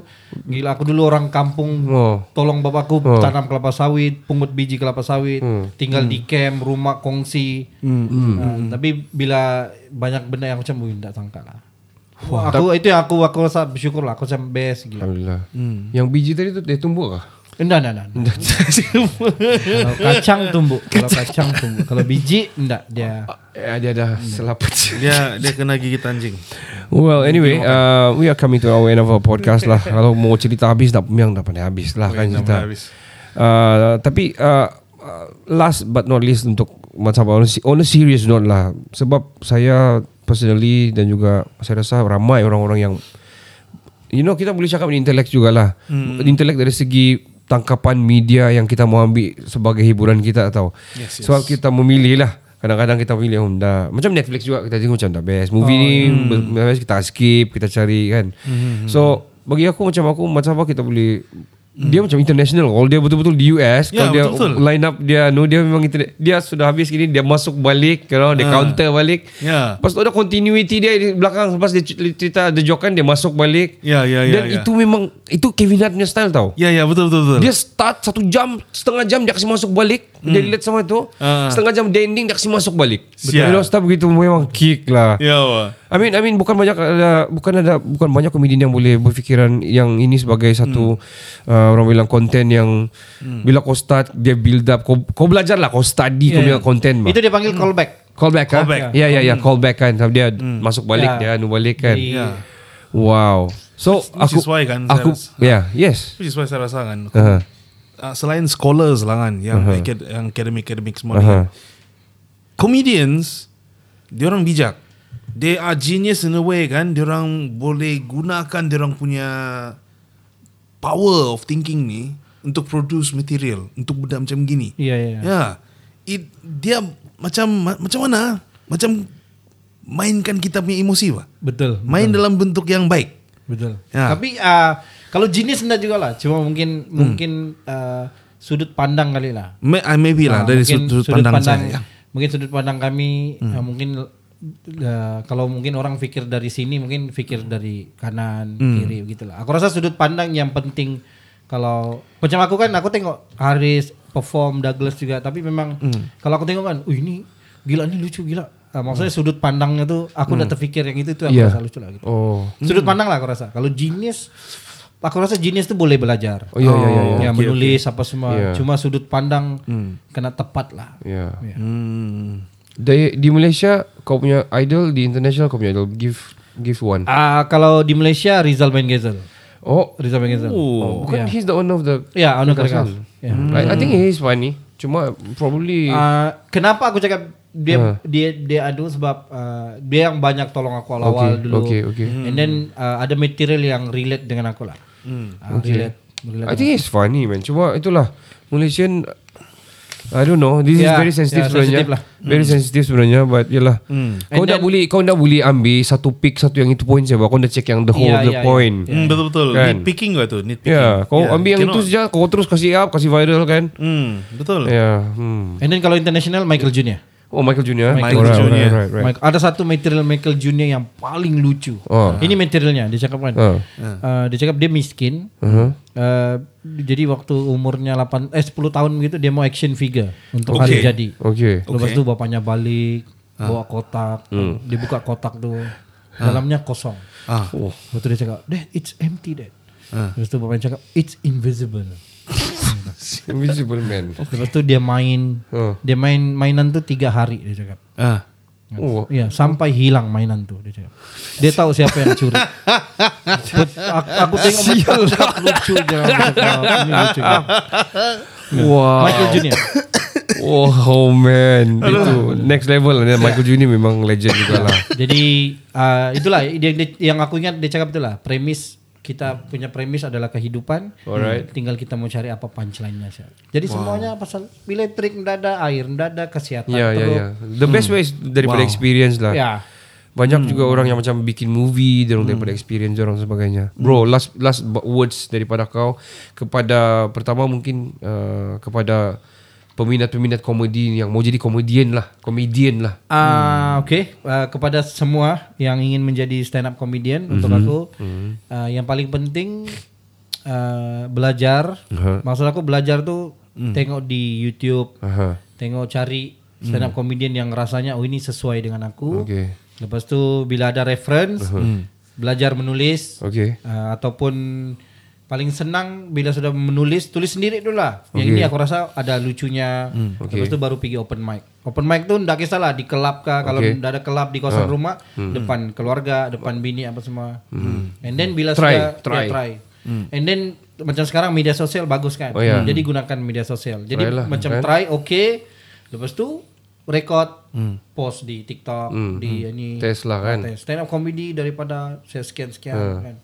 [SPEAKER 7] gila aku dulu orang kampung.
[SPEAKER 4] Oh.
[SPEAKER 7] Tolong bapakku
[SPEAKER 4] Oh. Hmm.
[SPEAKER 7] tanam kelapa sawit, pungut biji kelapa sawit, tinggal di camp, rumah kongsi. Nah, tapi bila banyak benda yang macam "Wih, ndak sangka lah. Wah, aku itu yang aku aku rasa bersyukur lah aku macam best gila.
[SPEAKER 4] Alhamdulillah Yang biji tadi tuh dia tumbuh kah?
[SPEAKER 7] Enggak, enggak, enggak. enggak. Kalau kacang tumbuh, kalau kacang tumbuh, kalau biji enggak dia.
[SPEAKER 4] Ya dia dah selapat
[SPEAKER 8] Dia dia kena gigit anjing.
[SPEAKER 4] Well anyway uh, We are coming to our end of our podcast lah Kalau mau cerita habis tak Yang dah pandai habis lah kan
[SPEAKER 8] Dah
[SPEAKER 4] cerita
[SPEAKER 8] habis.
[SPEAKER 4] Uh, Tapi uh, uh, Last but not least Untuk macam on, a- on a serious note lah Sebab saya Personally Dan juga Saya rasa ramai orang-orang yang You know kita boleh cakap ni Intellect jugalah hmm. Intellect dari segi Tangkapan media Yang kita mau ambil Sebagai hiburan kita atau yes, yes. Sebab kita memilih lah Kadang-kadang kita pilih oh, dah. Macam Netflix juga Kita tengok macam dah best Movie oh, ni hmm. Kita skip Kita cari kan hmm. So Bagi aku macam aku Macam apa kita boleh dia macam international Kalau dia betul-betul di US
[SPEAKER 8] Ya,
[SPEAKER 4] Kalau dia
[SPEAKER 8] betul-betul.
[SPEAKER 4] line up Dia no dia memang internet, Dia sudah habis gini Dia masuk balik you know, Dia counter balik
[SPEAKER 8] Ya.
[SPEAKER 4] Lepas tu ada continuity dia di belakang lepas dia cerita The Jokan dia masuk balik.
[SPEAKER 8] Ya, ya, ya,
[SPEAKER 4] Dan
[SPEAKER 8] ya.
[SPEAKER 4] itu memang itu Kevin Hart punya style tau.
[SPEAKER 8] Ya ya betul betul betul. Hmm.
[SPEAKER 4] Dia start satu jam setengah jam dia kasi masuk balik dia relate sama itu
[SPEAKER 8] Ah.
[SPEAKER 4] setengah jam dia ending dia kasi masuk balik.
[SPEAKER 8] Siap.
[SPEAKER 4] Betul. You know, style begitu memang kick lah.
[SPEAKER 8] Ya wah.
[SPEAKER 4] I mean, I mean bukan banyak ada bukan ada bukan banyak komedian yang boleh berfikiran yang ini sebagai satu
[SPEAKER 8] Hmm.
[SPEAKER 4] uh, orang bilang konten yang bila kau start dia build up kau, kau belajar lah kau study
[SPEAKER 8] Ya,
[SPEAKER 4] kau punya konten mah.
[SPEAKER 7] Itu dia panggil callback.
[SPEAKER 4] Callback kan?
[SPEAKER 8] Callback.
[SPEAKER 4] Ya ya ya callback kan. Sebab Dia masuk balik
[SPEAKER 7] Ya.
[SPEAKER 4] dia anu balik kan.
[SPEAKER 7] Jadi-
[SPEAKER 4] Wow. So
[SPEAKER 8] Which
[SPEAKER 4] aku
[SPEAKER 8] is why kan,
[SPEAKER 4] aku
[SPEAKER 8] saya
[SPEAKER 4] ya yes. Uh-huh.
[SPEAKER 8] Which is why saya rasa kan.
[SPEAKER 4] Aha.
[SPEAKER 8] uh, selain scholars lah kan yang acad- yang academic academic semua ni
[SPEAKER 4] Aha.
[SPEAKER 8] kan. comedians dia orang bijak they are genius in a way kan dia orang boleh gunakan dia orang punya power of thinking ni untuk produce material untuk benda macam gini
[SPEAKER 7] Iya, iya,
[SPEAKER 8] ya
[SPEAKER 7] iya.
[SPEAKER 8] it dia macam ma- macam mana macam mainkan kita punya emosi pak
[SPEAKER 7] Betul.
[SPEAKER 8] main dalam bentuk yang baik
[SPEAKER 7] Betul.
[SPEAKER 8] Ya.
[SPEAKER 7] Tapi ah, kalau jenis enggak juga lah, cuma mungkin mungkin ah, sudut pandang kali lah.
[SPEAKER 8] May, ah, maybe lah
[SPEAKER 7] Ah,
[SPEAKER 8] dari
[SPEAKER 7] mungkin
[SPEAKER 8] sudut, sudut pandang, saya
[SPEAKER 7] Mungkin sudut pandang kami
[SPEAKER 4] Hmm.
[SPEAKER 7] ah, mungkin ah, kalau mungkin orang pikir dari sini mungkin pikir dari kanan,
[SPEAKER 4] Hmm.
[SPEAKER 7] kiri gitulah. Aku rasa sudut pandang yang penting kalau macam aku kan aku tengok Haris perform Douglas juga tapi memang
[SPEAKER 4] Hmm.
[SPEAKER 7] kalau aku tengok kan, uh ini gila ini lucu gila. Ah, maksudnya
[SPEAKER 4] Hmm.
[SPEAKER 7] sudut pandangnya tuh aku udah terpikir yang itu itu aku
[SPEAKER 4] Ya.
[SPEAKER 7] rasa lucu lah gitu.
[SPEAKER 4] Oh.
[SPEAKER 7] Sudut pandang lah aku rasa. Kalau genius aku rasa genius tuh boleh belajar.
[SPEAKER 4] Oh, iya, iya, iya, iya.
[SPEAKER 7] Ya menulis apa semua.
[SPEAKER 4] Iya.
[SPEAKER 7] Cuma sudut pandang
[SPEAKER 4] Hmm.
[SPEAKER 7] kena tepat lah.
[SPEAKER 4] Ya.
[SPEAKER 7] Ya.
[SPEAKER 4] Di, di Malaysia kau punya idol di international kau punya idol give give one.
[SPEAKER 7] Ah, kalau di Malaysia Rizal Ben Gezel.
[SPEAKER 4] Oh.
[SPEAKER 7] Rizal Ben Gezel.
[SPEAKER 4] Oh, bukan
[SPEAKER 7] Ya.
[SPEAKER 4] he's the owner of the
[SPEAKER 7] Ya, Anu
[SPEAKER 4] Karakaf.
[SPEAKER 7] Karakaf. Ya.
[SPEAKER 4] I, I think he is funny. Cuma probably
[SPEAKER 7] Ah, kenapa aku cakap dia
[SPEAKER 4] Ah.
[SPEAKER 7] dia dia adu sebab ah, dia yang banyak tolong aku awal-awal
[SPEAKER 4] Okay,
[SPEAKER 7] dulu.
[SPEAKER 4] okay, okay.
[SPEAKER 7] And then ah, ada material yang relate dengan aku lah.
[SPEAKER 4] Hmm.
[SPEAKER 7] Ah, relate, relate
[SPEAKER 4] I think it's funny man. Cuma itulah Malaysian I don't know. This
[SPEAKER 7] Yeah,
[SPEAKER 4] is very sensitive
[SPEAKER 7] yeah,
[SPEAKER 4] sebenarnya.
[SPEAKER 7] sensitive lah. Hmm.
[SPEAKER 4] Very sensitive sebenarnya but yalah. Kau
[SPEAKER 7] And
[SPEAKER 4] dah
[SPEAKER 7] then-
[SPEAKER 4] boleh kau dah boleh ambil satu pick satu yang itu point saja. Kau dah check yang the whole
[SPEAKER 7] Yeah,
[SPEAKER 4] the
[SPEAKER 7] yeah,
[SPEAKER 4] point.
[SPEAKER 7] yeah.
[SPEAKER 8] Hmm, betul betul.
[SPEAKER 4] Kan?
[SPEAKER 8] Nitpicking lah tu, nitpicking.
[SPEAKER 4] Ya, kau ambil yang itu
[SPEAKER 8] cannot.
[SPEAKER 4] saja kau terus kasih up, kasih viral kan?
[SPEAKER 8] Hmm, betul.
[SPEAKER 4] Ya, hmm.
[SPEAKER 7] And then kalau international Michael Junior.
[SPEAKER 4] Oh Michael Junior.
[SPEAKER 8] Michael Junior.
[SPEAKER 4] Right, right, right.
[SPEAKER 7] Michael- ada satu material Michael Junior yang paling lucu.
[SPEAKER 4] Oh.
[SPEAKER 7] Ini materialnya dia cakap kan.
[SPEAKER 4] Oh. Uh-huh.
[SPEAKER 7] Eh, dia cakap dia miskin. Eh, jadi waktu umurnya 8 eh 10 tahun gitu dia mau action figure untuk hari
[SPEAKER 8] Okay.
[SPEAKER 7] jadi.
[SPEAKER 4] Okay.
[SPEAKER 7] Lepas itu bapaknya balik bawa kotak,
[SPEAKER 4] Hmm.
[SPEAKER 7] dia buka kotak tuh dalamnya kosong.
[SPEAKER 8] Ah.
[SPEAKER 7] Oh. Lepas itu dia cakap, "Dad, it's empty, Dad." Lepas itu bapaknya cakap, "It's invisible."
[SPEAKER 4] Invisible Man.
[SPEAKER 7] Lepas itu dia main,
[SPEAKER 4] Oh.
[SPEAKER 7] dia main mainan tuh tiga hari dia cakap.
[SPEAKER 8] Ah.
[SPEAKER 4] Oh.
[SPEAKER 7] Iya, sampai hilang mainan tuh dia cakap. Dia tahu siapa yang curi. Put- aku, aku tengok Michael cakap lucu je. Ini lucu je.
[SPEAKER 4] Wow.
[SPEAKER 7] Michael Junior.
[SPEAKER 4] Oh, man. Itu next level lah. Michael Juni memang legend juga lah.
[SPEAKER 7] Jadi uh, itulah dia, dia- yang aku ingat dia cakap itulah premis kita punya premis adalah kehidupan. Hmm,
[SPEAKER 4] Alright.
[SPEAKER 7] Tinggal kita mau cari apa punchline-nya Syah. Jadi semuanya pasal elektrik, ndada air, ndada kesehatan.
[SPEAKER 4] Ya, ya,
[SPEAKER 7] terus-
[SPEAKER 4] ya. The best
[SPEAKER 7] Hmm.
[SPEAKER 4] way is daripada experience lah.
[SPEAKER 7] Ya.
[SPEAKER 4] Banyak juga orang yang macam bikin movie
[SPEAKER 7] Hmm.
[SPEAKER 4] dia orang daripada experience orang sebagainya. Bro, last last b- words daripada kau kepada pertama mungkin uh, kepada peminat-peminat komedi yang mau jadi komedian lah, komedian lah.
[SPEAKER 7] Ah,
[SPEAKER 4] Hmm.
[SPEAKER 7] Oke, Ah, kepada semua yang ingin menjadi stand up comedian untuk
[SPEAKER 4] Hmm.
[SPEAKER 7] aku, ah, yang paling penting ah, belajar. Maksud aku belajar tuh tengok di YouTube,
[SPEAKER 4] Hmm. Aha. Hmm.
[SPEAKER 7] tengok cari stand up comedian yang rasanya oh ini sesuai dengan aku.
[SPEAKER 4] Oke.
[SPEAKER 7] Lepas tuh bila ada reference, belajar menulis
[SPEAKER 4] Oke.
[SPEAKER 7] Ah, ataupun paling senang bila sudah menulis tulis sendiri dulu lah. Yang ini aku rasa ada lucunya.
[SPEAKER 4] Hmm,
[SPEAKER 7] Terus itu baru pergi open mic. Open mic tuh ndak kisah lah di kelab kah kalau
[SPEAKER 4] Okay.
[SPEAKER 7] ndak ada kelab di
[SPEAKER 4] Ah.
[SPEAKER 7] kosan rumah,
[SPEAKER 4] Hmm.
[SPEAKER 7] depan keluarga, depan bini apa semua. And then bila
[SPEAKER 4] Try,
[SPEAKER 7] sudah
[SPEAKER 4] try. Hmm.
[SPEAKER 7] ya, try. And then macam sekarang media sosial bagus kan.
[SPEAKER 4] Oh, ya.
[SPEAKER 7] Jadi gunakan media sosial. Jadi
[SPEAKER 4] Try lah,
[SPEAKER 7] macam
[SPEAKER 4] kan?
[SPEAKER 7] try oke. Lepas tu record
[SPEAKER 4] Hmm.
[SPEAKER 7] post di TikTok, di ini
[SPEAKER 4] Tes Hmm, lah kan.
[SPEAKER 7] Tes. Stand up Ya, comedy daripada saya sekian-sekian
[SPEAKER 4] Eh.
[SPEAKER 7] kan.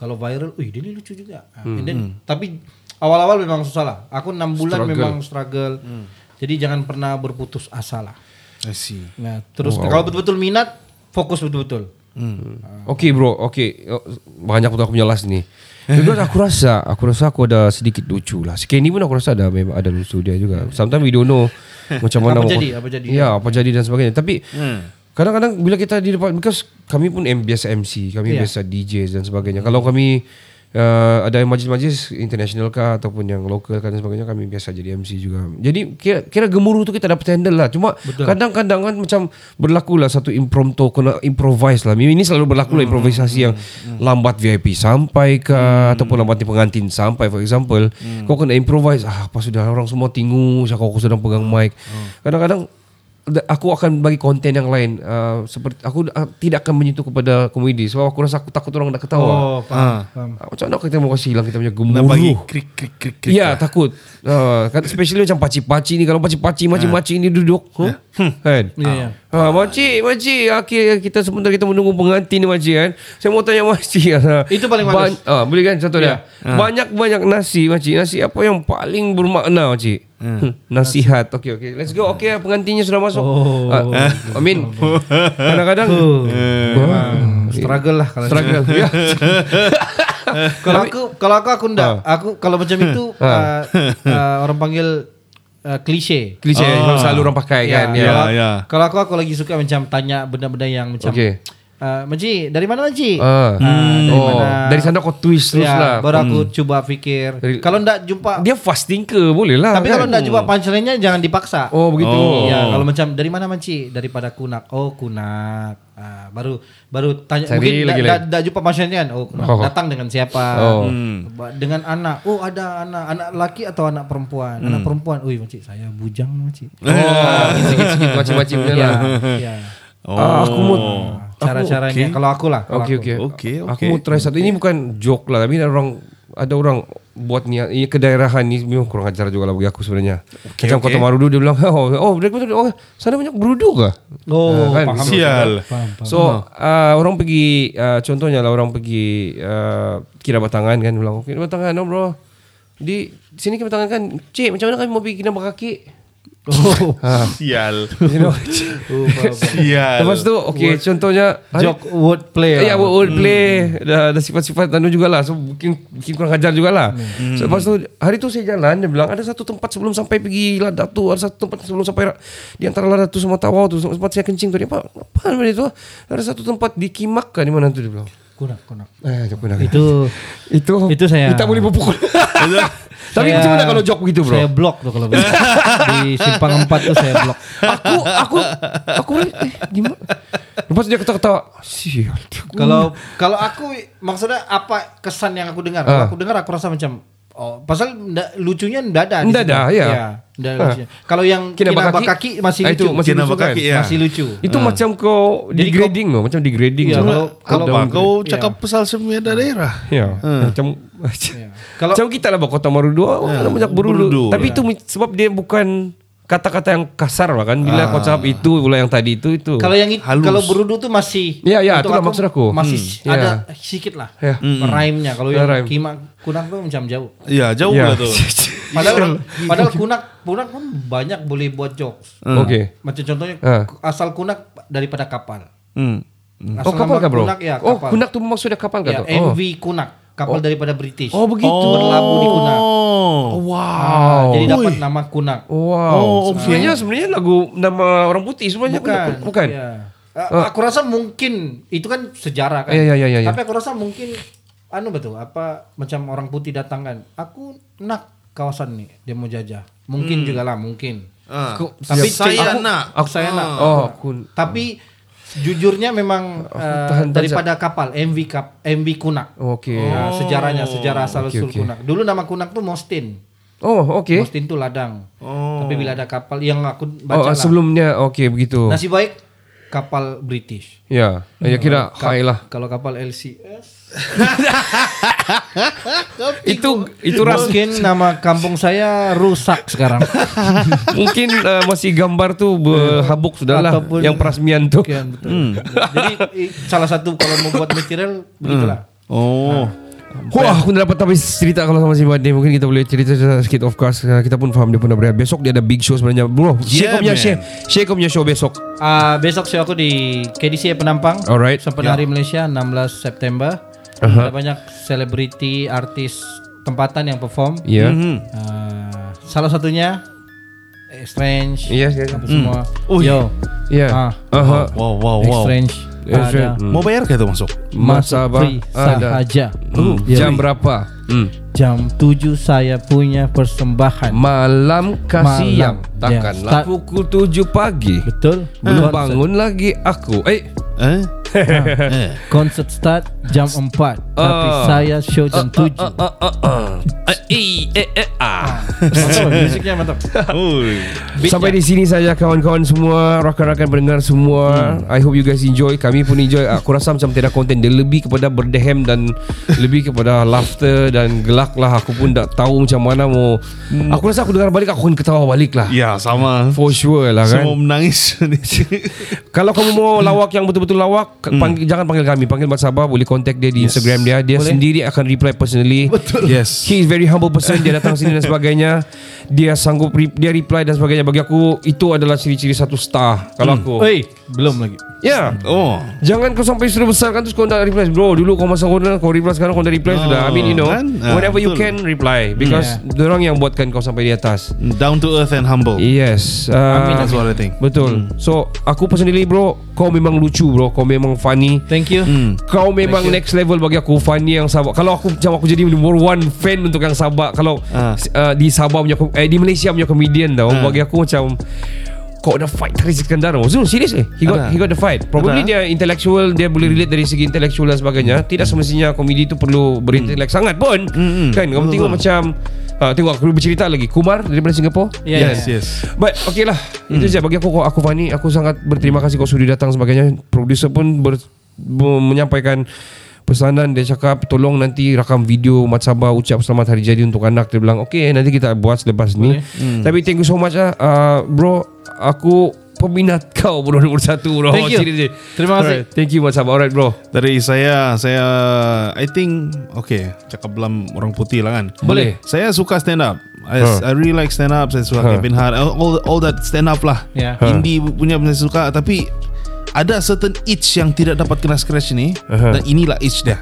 [SPEAKER 7] Kalau viral, wih dia ni lucu juga. Ah,
[SPEAKER 4] Hmm,
[SPEAKER 7] and then, tapi awal-awal memang susah lah. Aku 6 bulan memang struggle.
[SPEAKER 8] Hmm.
[SPEAKER 7] Jadi jangan pernah berputus asa lah.
[SPEAKER 8] I see.
[SPEAKER 7] Nah, terus kalau betul-betul minat, fokus betul-betul. Ah.
[SPEAKER 4] Okey bro, okey. Oh, Banyak betul aku punya last ni. Because aku rasa, aku rasa aku ada sedikit lucu lah. Sekian ni pun aku rasa ada memang ada lucu dia juga. Sometimes we don't know macam mana.
[SPEAKER 7] Apa
[SPEAKER 4] mau-
[SPEAKER 7] jadi, apa jadi.
[SPEAKER 4] Ya, apa jadi dan sebagainya. Tapi kadang-kadang bila kita di depan, because kami pun M- biasa MC, kami
[SPEAKER 7] Iya.
[SPEAKER 4] biasa DJ dan sebagainya. Kalau kami uh, ada yang majlis-majlis international kah ataupun yang lokal kah dan sebagainya, kami biasa jadi MC juga. Jadi kira, kira gemuruh tu kita dapat handle lah. Cuma kadang-kadang kan macam berlakulah satu impromptu kena improvise lah. Ini selalu berlaku lah improvisasi yang lambat VIP sampai ke ataupun lambat di pengantin sampai for example, kau kena improvise. Ah, apa sudah orang semua tingu, saya kau sedang pegang mic. Kadang-kadang da- aku akan bagi konten yang lain uh, seperti aku uh, tidak akan menyentuh kepada komedi sebab aku rasa aku takut orang nak ketawa.
[SPEAKER 7] Oh, paham. paham.
[SPEAKER 4] Ah, Macam mana kita mau kasih hilang kita punya
[SPEAKER 8] Nak bagi
[SPEAKER 4] gemuruh.
[SPEAKER 8] krik krik krik krik.
[SPEAKER 4] Ya takut. Ah, kan especially macam paci-paci ni kalau paci-paci
[SPEAKER 8] Ya.
[SPEAKER 4] macam-macam ni duduk, huh? kan?
[SPEAKER 7] Ya, ya.
[SPEAKER 4] Ha, makcik, makcik, okay, kita sebentar kita menunggu pengantin ni makcik kan. Saya mau tanya makcik. ah.
[SPEAKER 7] Itu paling Ya. Ha.
[SPEAKER 4] Ban-
[SPEAKER 7] males.
[SPEAKER 4] ah, boleh kan satu dah. Banyak-banyak nasi makcik. Nasi apa yang paling bermakna makcik?
[SPEAKER 7] Ha.
[SPEAKER 4] Hmm, nasihat. Okey, okey. Let's go. Okey, pengantinnya sudah masuk.
[SPEAKER 7] Oh.
[SPEAKER 4] Ah, I mean, kadang-kadang Ha.
[SPEAKER 8] Hmm.
[SPEAKER 7] Memang Ha. Ah, struggle lah kalau
[SPEAKER 4] Hmm.
[SPEAKER 7] gitu.
[SPEAKER 4] struggle. ya.
[SPEAKER 7] kalau aku kalau aku aku enggak. Aku kalau macam itu
[SPEAKER 4] Ah.
[SPEAKER 7] uh, uh, orang panggil uh, klise.
[SPEAKER 4] Klise yang selalu orang pakai kan.
[SPEAKER 7] Ya,
[SPEAKER 4] Ya.
[SPEAKER 7] kalau,
[SPEAKER 8] ya.
[SPEAKER 7] kalau aku aku lagi suka macam tanya benda-benda yang macam Hmm.
[SPEAKER 4] Okey.
[SPEAKER 7] "Ah, Maji, dari mana Maji?
[SPEAKER 4] Ah.
[SPEAKER 7] dari Ya,
[SPEAKER 4] oh, Hmm. dari sana kau twist terus lah.
[SPEAKER 7] Baru aku cuba fikir.
[SPEAKER 4] Dari-
[SPEAKER 7] Kalau enggak jumpa
[SPEAKER 4] Dia fasting ke boleh lah.
[SPEAKER 7] tapi
[SPEAKER 4] kan?
[SPEAKER 7] kalau enggak jumpa punchline-nya jangan dipaksa.
[SPEAKER 4] Oh begitu.
[SPEAKER 7] Ya, kalau macam dari mana manci? Daripada kunak. Oh, kunak. Ah, baru baru tanya
[SPEAKER 4] Cari
[SPEAKER 7] mungkin
[SPEAKER 4] lagi
[SPEAKER 7] dah
[SPEAKER 4] lain.
[SPEAKER 7] da, jumpa pasien kan. Oh, kunak.
[SPEAKER 4] Oh.
[SPEAKER 7] Datang dengan siapa?
[SPEAKER 4] Oh.
[SPEAKER 7] Hmm. Ba- Dengan anak. Oh, ada anak. Anak laki atau anak perempuan?
[SPEAKER 4] Hmm.
[SPEAKER 7] Anak perempuan. Ui, manci, saya bujang manci.
[SPEAKER 4] Oh, sikit-sikit macam-macam punya lah.
[SPEAKER 7] ya.
[SPEAKER 8] Oh.
[SPEAKER 5] Oh.
[SPEAKER 4] Ah, aku mau
[SPEAKER 7] Cara-caranya kalau aku lah. kalau
[SPEAKER 4] Okey
[SPEAKER 7] aku.
[SPEAKER 4] okey.
[SPEAKER 8] Okey,
[SPEAKER 4] Aku
[SPEAKER 8] okey.
[SPEAKER 4] mau try satu. Ini bukan joke lah, tapi ada orang ada orang buat niat ini kedaerahan ni memang kurang ajar juga lah bagi aku sebenarnya. Macam
[SPEAKER 8] okey.
[SPEAKER 4] kota Marudu dia bilang, "Oh, oh, mereka betul oh, sana banyak berudu kah?" Ah,
[SPEAKER 7] Oh,
[SPEAKER 4] kan?
[SPEAKER 7] paham.
[SPEAKER 8] Sial.
[SPEAKER 7] Paham, paham.
[SPEAKER 4] So uh, orang pergi uh, contohnya lah orang pergi uh, kira batangan kan bilang kira batangan no bro. Di sini kira batangan kan. Cik macam mana kami mau pergi kira kaki?
[SPEAKER 7] Oh,
[SPEAKER 4] Ah.
[SPEAKER 8] Sial.
[SPEAKER 4] You know?
[SPEAKER 7] oh, faham, faham.
[SPEAKER 8] Sial.
[SPEAKER 4] Lepas tu okey contohnya
[SPEAKER 7] Joke word play.
[SPEAKER 4] Ya,
[SPEAKER 7] lah.
[SPEAKER 4] word play dah ada sifat-sifat anu jugalah. So mungkin mungkin kurang ajar jugalah.
[SPEAKER 7] Hmm.
[SPEAKER 4] So, lepas tu hari tu saya jalan dia bilang ada satu tempat sebelum sampai pergi Ladakh tu, ada satu tempat sebelum sampai Ra- di antara Ladakh tu sama Tawau tu sempat saya kencing tu dia apa apa nama dia tu? Ada satu tempat di Kimak kan di mana tu dia bilang.
[SPEAKER 7] Kunak, kunak.
[SPEAKER 4] Eh, jok benar.
[SPEAKER 7] Itu
[SPEAKER 4] itu
[SPEAKER 7] itu saya-
[SPEAKER 4] Kita boleh berpukul. Tapi
[SPEAKER 7] Saya-
[SPEAKER 4] macam mana kalau jok begitu, bro?
[SPEAKER 7] Saya blok tuh kalau begitu. di simpang 4 tuh saya blok.
[SPEAKER 4] aku aku aku boleh eh, gimana? Lepas tu dia ketawa-ketawa. Sial. dia- Ah.
[SPEAKER 7] Kalau kalau aku maksudnya apa kesan yang aku dengar? Kalau aku dengar aku rasa macam Oh, pasal nda, lucunya ndada. di
[SPEAKER 4] Ndada,
[SPEAKER 7] situ.
[SPEAKER 4] ya.
[SPEAKER 7] ndada
[SPEAKER 4] Ah.
[SPEAKER 7] lucunya. Kalau yang
[SPEAKER 4] Kena
[SPEAKER 7] kinabakaki
[SPEAKER 4] bakaki,
[SPEAKER 7] masih
[SPEAKER 4] ah,
[SPEAKER 7] lucu.
[SPEAKER 4] itu masih
[SPEAKER 5] Kena
[SPEAKER 4] lucu kan?
[SPEAKER 5] bakaki, ya.
[SPEAKER 7] Masih lucu.
[SPEAKER 4] Itu macam kau
[SPEAKER 7] Ah. Jadi
[SPEAKER 4] degrading loh, macam degrading.
[SPEAKER 7] Iya,
[SPEAKER 4] loh.
[SPEAKER 7] kalau kalau
[SPEAKER 5] Apa
[SPEAKER 8] Oh,
[SPEAKER 5] kau
[SPEAKER 7] Iya.
[SPEAKER 5] cakap pasal semua daerah?
[SPEAKER 4] Ya, macam macam,
[SPEAKER 7] Kalau- Ah.
[SPEAKER 4] macam kita lah bawa kota Marudu, oh, orang banyak berudu.
[SPEAKER 5] berudu.
[SPEAKER 4] Tapi itu sebab dia bukan kata-kata yang kasar lah kan. Bila kau cakap itu, pula yang tadi itu itu.
[SPEAKER 7] Ah. Kalau yang itu,
[SPEAKER 5] Halus.
[SPEAKER 7] kalau berudu tuh masih
[SPEAKER 4] Iya, iya,
[SPEAKER 7] untuk
[SPEAKER 4] itulah maksud aku.
[SPEAKER 7] Masih
[SPEAKER 4] Hmm,
[SPEAKER 7] ada
[SPEAKER 4] iya.
[SPEAKER 7] sedikit lah
[SPEAKER 4] Iya.
[SPEAKER 7] rhyme-nya. Kalau
[SPEAKER 4] Ada
[SPEAKER 7] yang
[SPEAKER 4] rhyme.
[SPEAKER 7] kima kunak tuh macam jauh.
[SPEAKER 5] Ya jauh
[SPEAKER 4] Ya.
[SPEAKER 5] lah tu.
[SPEAKER 4] Iya.
[SPEAKER 7] Padahal padahal kunak kunak pun banyak boleh buat jokes.
[SPEAKER 4] Hmm. Oke.
[SPEAKER 7] Macam contohnya
[SPEAKER 4] Ah.
[SPEAKER 7] asal kunak daripada kapal.
[SPEAKER 5] Hmm.
[SPEAKER 4] Oh
[SPEAKER 7] Asal
[SPEAKER 4] kapal
[SPEAKER 7] nama
[SPEAKER 4] kah bro?
[SPEAKER 7] Kunak, ya,
[SPEAKER 4] Oh
[SPEAKER 7] kapal.
[SPEAKER 4] kunak tuh maksudnya kapal kah?
[SPEAKER 7] Ya,
[SPEAKER 4] tuh? oh.
[SPEAKER 7] MV Kunak, kapal daripada British.
[SPEAKER 4] oh begitu.
[SPEAKER 7] Berlabuh di Kunak.
[SPEAKER 5] Oh.
[SPEAKER 7] Ah,
[SPEAKER 4] Wow.
[SPEAKER 7] Jadi dapat nama Kunak.
[SPEAKER 4] Wow. Oh, sebenarnya sebenarnya lagu nama orang putih sebenarnya
[SPEAKER 7] Bukan.
[SPEAKER 4] bukan. bukan.
[SPEAKER 7] Iya. A- Aku rasa mungkin itu kan sejarah kan.
[SPEAKER 4] Iya, iya, iya, iya.
[SPEAKER 7] Tapi aku rasa mungkin anu betul apa macam orang putih datang kan. Aku nak kawasan nih dia mau jajah. Mungkin juga lah mungkin.
[SPEAKER 5] Ah.
[SPEAKER 7] Aku- tapi
[SPEAKER 5] Saya
[SPEAKER 7] aku-
[SPEAKER 5] nak.
[SPEAKER 7] Aku Hmm. saya nak.
[SPEAKER 4] Oh, kun.
[SPEAKER 7] Tapi jujurnya memang eh,
[SPEAKER 4] tahan, tahan,
[SPEAKER 7] daripada kapal MV Kap, MV Kunak.
[SPEAKER 4] Oke.
[SPEAKER 7] Ya, sejarahnya sejarah asal
[SPEAKER 4] Oke,
[SPEAKER 7] usul
[SPEAKER 4] oke.
[SPEAKER 7] Kunak. Dulu nama Kunak tuh Mostin.
[SPEAKER 4] Oh, oke.
[SPEAKER 7] Mostin tuh ladang. Tapi bila ada kapal yang aku
[SPEAKER 4] Oh,
[SPEAKER 7] baca lah. Nah,
[SPEAKER 4] sebelumnya oke begitu.
[SPEAKER 7] Nasib baik kapal British.
[SPEAKER 4] ya, ya kira high lah.
[SPEAKER 7] Kalau kapal LCS
[SPEAKER 4] Itu itu ras
[SPEAKER 7] Mungkin nama kampung saya rusak sekarang
[SPEAKER 4] mungkin eh, masih gambar tuh berhabuk sudahlah
[SPEAKER 7] Ataupun-
[SPEAKER 4] yang peresmian tuh.
[SPEAKER 7] Sekian, betul.
[SPEAKER 4] Hmm.
[SPEAKER 7] Jadi i- salah satu kalau mau buat material Begitulah
[SPEAKER 4] Ah.
[SPEAKER 5] Oh.
[SPEAKER 4] Wah, aku dapat habis cerita kalau sama si Badai. Mungkin kita boleh cerita sedikit of course. Eh, Kita pun faham dia pun dah berehat. Besok dia ada big show sebenarnya. Bro, share
[SPEAKER 5] Yeah,
[SPEAKER 4] kau punya
[SPEAKER 5] man.
[SPEAKER 4] share. Share kau punya show besok.
[SPEAKER 7] Ah, Besok show aku di KDC Penampang
[SPEAKER 4] Hmm. Alright. Ya. Uh-huh.
[SPEAKER 7] Sampai hari Malaysia 16 September Ada banyak selebriti, artis tempatan yang perform
[SPEAKER 4] Ya.
[SPEAKER 7] Ah, Salah satunya eh, Strange
[SPEAKER 4] Yes, yes.
[SPEAKER 7] apa semua
[SPEAKER 4] Hmm.
[SPEAKER 5] Ui.
[SPEAKER 7] Yo
[SPEAKER 4] Ya.
[SPEAKER 7] Ah.
[SPEAKER 4] Aha.
[SPEAKER 5] Wow wow wow.
[SPEAKER 7] Strange
[SPEAKER 4] Strange.
[SPEAKER 7] ada
[SPEAKER 4] Hmm.
[SPEAKER 5] Mau bayar ke tu masuk?
[SPEAKER 4] Mas
[SPEAKER 7] Masuk
[SPEAKER 4] Abang
[SPEAKER 7] free
[SPEAKER 4] ada.
[SPEAKER 7] sahaja
[SPEAKER 4] Hmm.
[SPEAKER 7] Yo.
[SPEAKER 4] Jam berapa? Hmm.
[SPEAKER 7] Jam 7 saya punya persembahan.
[SPEAKER 4] Malam kasiam
[SPEAKER 7] Malam.
[SPEAKER 4] Takkanlah
[SPEAKER 7] Ya.
[SPEAKER 4] pukul 7 pagi
[SPEAKER 7] Betul?
[SPEAKER 4] Belum
[SPEAKER 7] Konsert-
[SPEAKER 4] bangun lagi aku Eh
[SPEAKER 5] Eh?
[SPEAKER 7] Konsert start jam 4. Tapi
[SPEAKER 4] Ah.
[SPEAKER 7] saya show jam 7.
[SPEAKER 4] eh, eh, eh, eh. Eh, eh, eh, eh, ah.
[SPEAKER 7] Mantap, musiknya mantap.
[SPEAKER 5] eh?
[SPEAKER 4] Sampai di sini saja kawan-kawan semua Rakan-rakan pendengar semua
[SPEAKER 5] Hmm.
[SPEAKER 4] I hope you guys enjoy Kami pun enjoy Ah, Aku rasa macam tiada konten Dia lebih kepada berdehem Dan lebih kepada laughter Dan gelak lah Aku pun tak tahu macam mana mau Aku rasa aku dengar balik Aku akan ketawa balik lah
[SPEAKER 5] Hmm. Ya sama.
[SPEAKER 4] For sure lah kan
[SPEAKER 5] Semua menangis
[SPEAKER 4] Kalau kamu mau lawak yang betul-betul lawak k-
[SPEAKER 5] Hmm.
[SPEAKER 4] panggil, Jangan panggil kami Panggil Mat Sabah Boleh contact dia di Instagram dia Dia sendiri akan reply personally Betul
[SPEAKER 5] Yes.
[SPEAKER 4] He is very humble person Dia datang sini dan sebagainya Dia sanggup re- Dia reply dan sebagainya Bagi aku Itu adalah ciri-ciri satu star Kalau
[SPEAKER 5] Hmm.
[SPEAKER 4] aku
[SPEAKER 7] Oi, belum lagi.
[SPEAKER 4] Ya
[SPEAKER 5] Oh.
[SPEAKER 4] Jangan kau sampai sudah besar kan Terus kau tak reply Bro dulu kau masa corner Kau reply sekarang kau tak reply
[SPEAKER 5] Ah,
[SPEAKER 4] sudah I mean you know
[SPEAKER 5] kan? Ah,
[SPEAKER 4] Whatever you
[SPEAKER 5] betul.
[SPEAKER 4] can reply Because Orang yang buatkan kau sampai di atas
[SPEAKER 5] Down to earth and humble.
[SPEAKER 4] Yes Ah,
[SPEAKER 5] That's what lah, I think. Hmm.
[SPEAKER 4] Betul So aku personally bro Kau memang lucu bro Kau memang funny
[SPEAKER 7] Thank you.
[SPEAKER 5] Hmm.
[SPEAKER 4] Kau memang next level bagi aku Fani yang Sabah Kalau aku macam aku jadi number one fan Untuk yang Sabah Kalau
[SPEAKER 5] Ah.
[SPEAKER 4] uh, di Sabah punya eh, Di Malaysia punya comedian tau Bagi aku macam Kau ada fight Haris Iskandar tau. Zul serius eh He got,
[SPEAKER 5] Ada.
[SPEAKER 4] he got the fight Probably
[SPEAKER 5] Ada.
[SPEAKER 4] dia intellectual Dia boleh relate dari segi intellectual dan sebagainya Tidak semestinya komedi tu perlu Berintelek sangat pun
[SPEAKER 5] Hmm, hmm.
[SPEAKER 4] Kan kamu
[SPEAKER 5] Betul,
[SPEAKER 4] tengok
[SPEAKER 5] betul.
[SPEAKER 4] macam ah, Tengok aku bercerita lagi Kumar daripada Singapura
[SPEAKER 7] Ya,
[SPEAKER 5] Yes
[SPEAKER 7] ya.
[SPEAKER 5] yes.
[SPEAKER 4] But okay lah Itu
[SPEAKER 7] Hmm.
[SPEAKER 4] je bagi aku kau- Aku Fani Aku sangat berterima kasih Kau sudi datang sebagainya Producer pun ber, me- Menyampaikan Pesanan dia cakap Tolong nanti rakam video Mat Sabah ucap selamat hari jadi untuk anak Dia bilang okay nanti kita buat selepas ni
[SPEAKER 7] Hmm.
[SPEAKER 4] Tapi thank you so much lah uh, Bro Aku Peminat kau bro Nombor satu bro
[SPEAKER 7] Thank you.
[SPEAKER 4] Serius.
[SPEAKER 7] Terima kasih.
[SPEAKER 4] Alright, Thank you Mat Sabah Alright bro
[SPEAKER 5] Dari saya saya I think okay cakap belam orang putih lah kan.
[SPEAKER 4] Boleh.
[SPEAKER 5] Saya suka stand up. I, I really like stand up. Saya suka
[SPEAKER 4] Huh.
[SPEAKER 5] Kevin Hart. All, all, all that stand up lah.
[SPEAKER 7] Yeah.
[SPEAKER 5] Huh. Indie punya pun saya suka. Tapi ada certain itch yang tidak dapat kena scratch ni
[SPEAKER 4] Uh-huh.
[SPEAKER 5] dan inilah itch dia.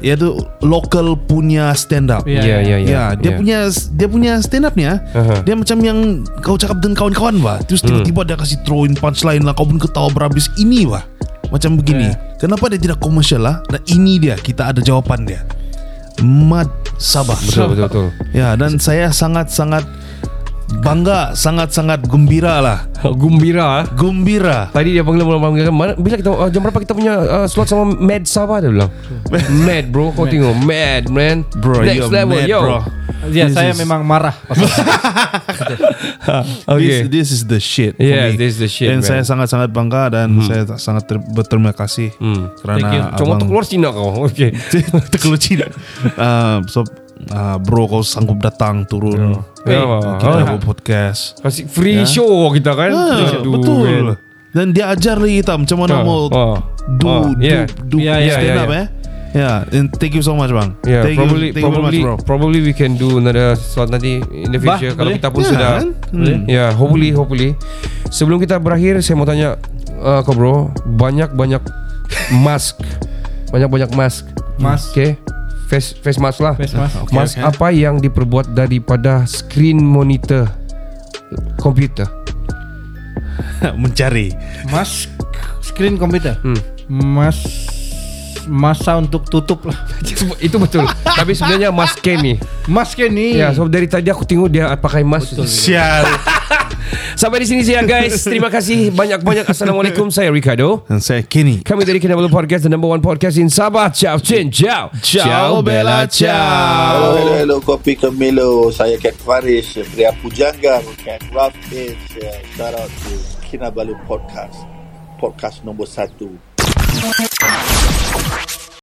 [SPEAKER 5] Iaitu local punya stand up.
[SPEAKER 7] Ya,
[SPEAKER 4] Ya ya
[SPEAKER 5] Ya,
[SPEAKER 4] ya
[SPEAKER 5] dia punya dia punya stand up ni ah.
[SPEAKER 4] Aha. Hmm.
[SPEAKER 5] Dia macam yang kau cakap dengan kawan-kawan bah. Terus tiba-tiba dia kasih throw in punchline lah kau pun ketawa berhabis ini bah. Macam begini.
[SPEAKER 4] Iya.
[SPEAKER 5] Kenapa dia tidak komersial lah? Dan ini dia kita ada jawapan dia. Mad Sabah.
[SPEAKER 4] Betul betul betul
[SPEAKER 5] Ya, dan saya sangat-sangat bangga sangat-sangat gembira lah
[SPEAKER 4] Gembira. ah.
[SPEAKER 5] gembira
[SPEAKER 4] Tadi dia panggil malam panggil mana? Bila kita uh, jam berapa kita punya uh, slot sama Mad Sabah dia bilang. mad bro, kau tengok mad man.
[SPEAKER 5] bro
[SPEAKER 4] Next
[SPEAKER 5] you're
[SPEAKER 4] level
[SPEAKER 5] mad,
[SPEAKER 4] yo.
[SPEAKER 5] bro
[SPEAKER 7] Ya saya memang marah.
[SPEAKER 4] Okay.
[SPEAKER 5] This, this is the shit. for
[SPEAKER 4] Yeah,
[SPEAKER 5] me.
[SPEAKER 4] this is the shit, man.
[SPEAKER 5] Dan
[SPEAKER 4] Hmm.
[SPEAKER 5] saya sangat-sangat bangga dan saya sangat ter- berterima kasih
[SPEAKER 4] Thank you.
[SPEAKER 5] kerana
[SPEAKER 4] Cuma tu
[SPEAKER 5] abang-
[SPEAKER 4] keluar Cina kau. Okay.
[SPEAKER 5] terkeluar Cina. Ah, so ah, bro kau sanggup datang turun.
[SPEAKER 4] Ya,
[SPEAKER 5] Kita
[SPEAKER 4] oh,
[SPEAKER 5] buat podcast.
[SPEAKER 4] kasih free show kita kan.
[SPEAKER 5] Ya. Ah,
[SPEAKER 4] Aduh, man.
[SPEAKER 5] betul. Dan dia ajar lagi kita macam mana
[SPEAKER 4] Ah,
[SPEAKER 5] mau
[SPEAKER 4] ah,
[SPEAKER 5] do
[SPEAKER 4] ah, yeah.
[SPEAKER 5] do, do
[SPEAKER 4] Yeah, yeah,
[SPEAKER 5] stand
[SPEAKER 4] yeah,
[SPEAKER 5] up
[SPEAKER 4] yeah.
[SPEAKER 5] eh. Yeah, and thank you so much bang.
[SPEAKER 4] Yeah,
[SPEAKER 5] thank
[SPEAKER 4] probably
[SPEAKER 5] you, thank
[SPEAKER 4] probably
[SPEAKER 5] you very much bro.
[SPEAKER 4] probably we can do another slot nanti in the
[SPEAKER 7] Bah,
[SPEAKER 4] future kalau
[SPEAKER 7] boleh?
[SPEAKER 4] kita pun
[SPEAKER 5] Ya,
[SPEAKER 4] sudah.
[SPEAKER 5] kan?
[SPEAKER 4] Hmm. Yeah, hopefully hopefully. Sebelum kita berakhir saya mau tanya uh, kau bro, banyak-banyak mask. Banyak-banyak mask.
[SPEAKER 7] Mask.
[SPEAKER 4] Okay. Face face mask lah.
[SPEAKER 7] Face mask.
[SPEAKER 4] Mas apa yang diperbuat daripada screen monitor komputer?
[SPEAKER 5] Mencari.
[SPEAKER 7] Mas screen komputer.
[SPEAKER 4] Hmm.
[SPEAKER 7] Mas masa untuk tutup lah.
[SPEAKER 4] Itu betul. Tapi sebenarnya mask ni.
[SPEAKER 7] Mas Kenny.
[SPEAKER 4] Ya, so dari tadi aku tengok dia pakai mask.
[SPEAKER 5] Sial.
[SPEAKER 4] Sampai di sini saja guys. Terima kasih banyak-banyak. Assalamualaikum. Saya Ricardo.
[SPEAKER 5] Dan saya Kenny.
[SPEAKER 4] Kami dari Kinabalu Podcast, the number one podcast in Sabah. Ciao, Chin, ciao.
[SPEAKER 5] Ciao, Bella, ciao.
[SPEAKER 10] Hello, hello, kopi Camilo. Saya Cat ya. Farish, pria pujangga, Cat Rough Edge. Uh, Shout out to Kinabalu Podcast, podcast nombor satu.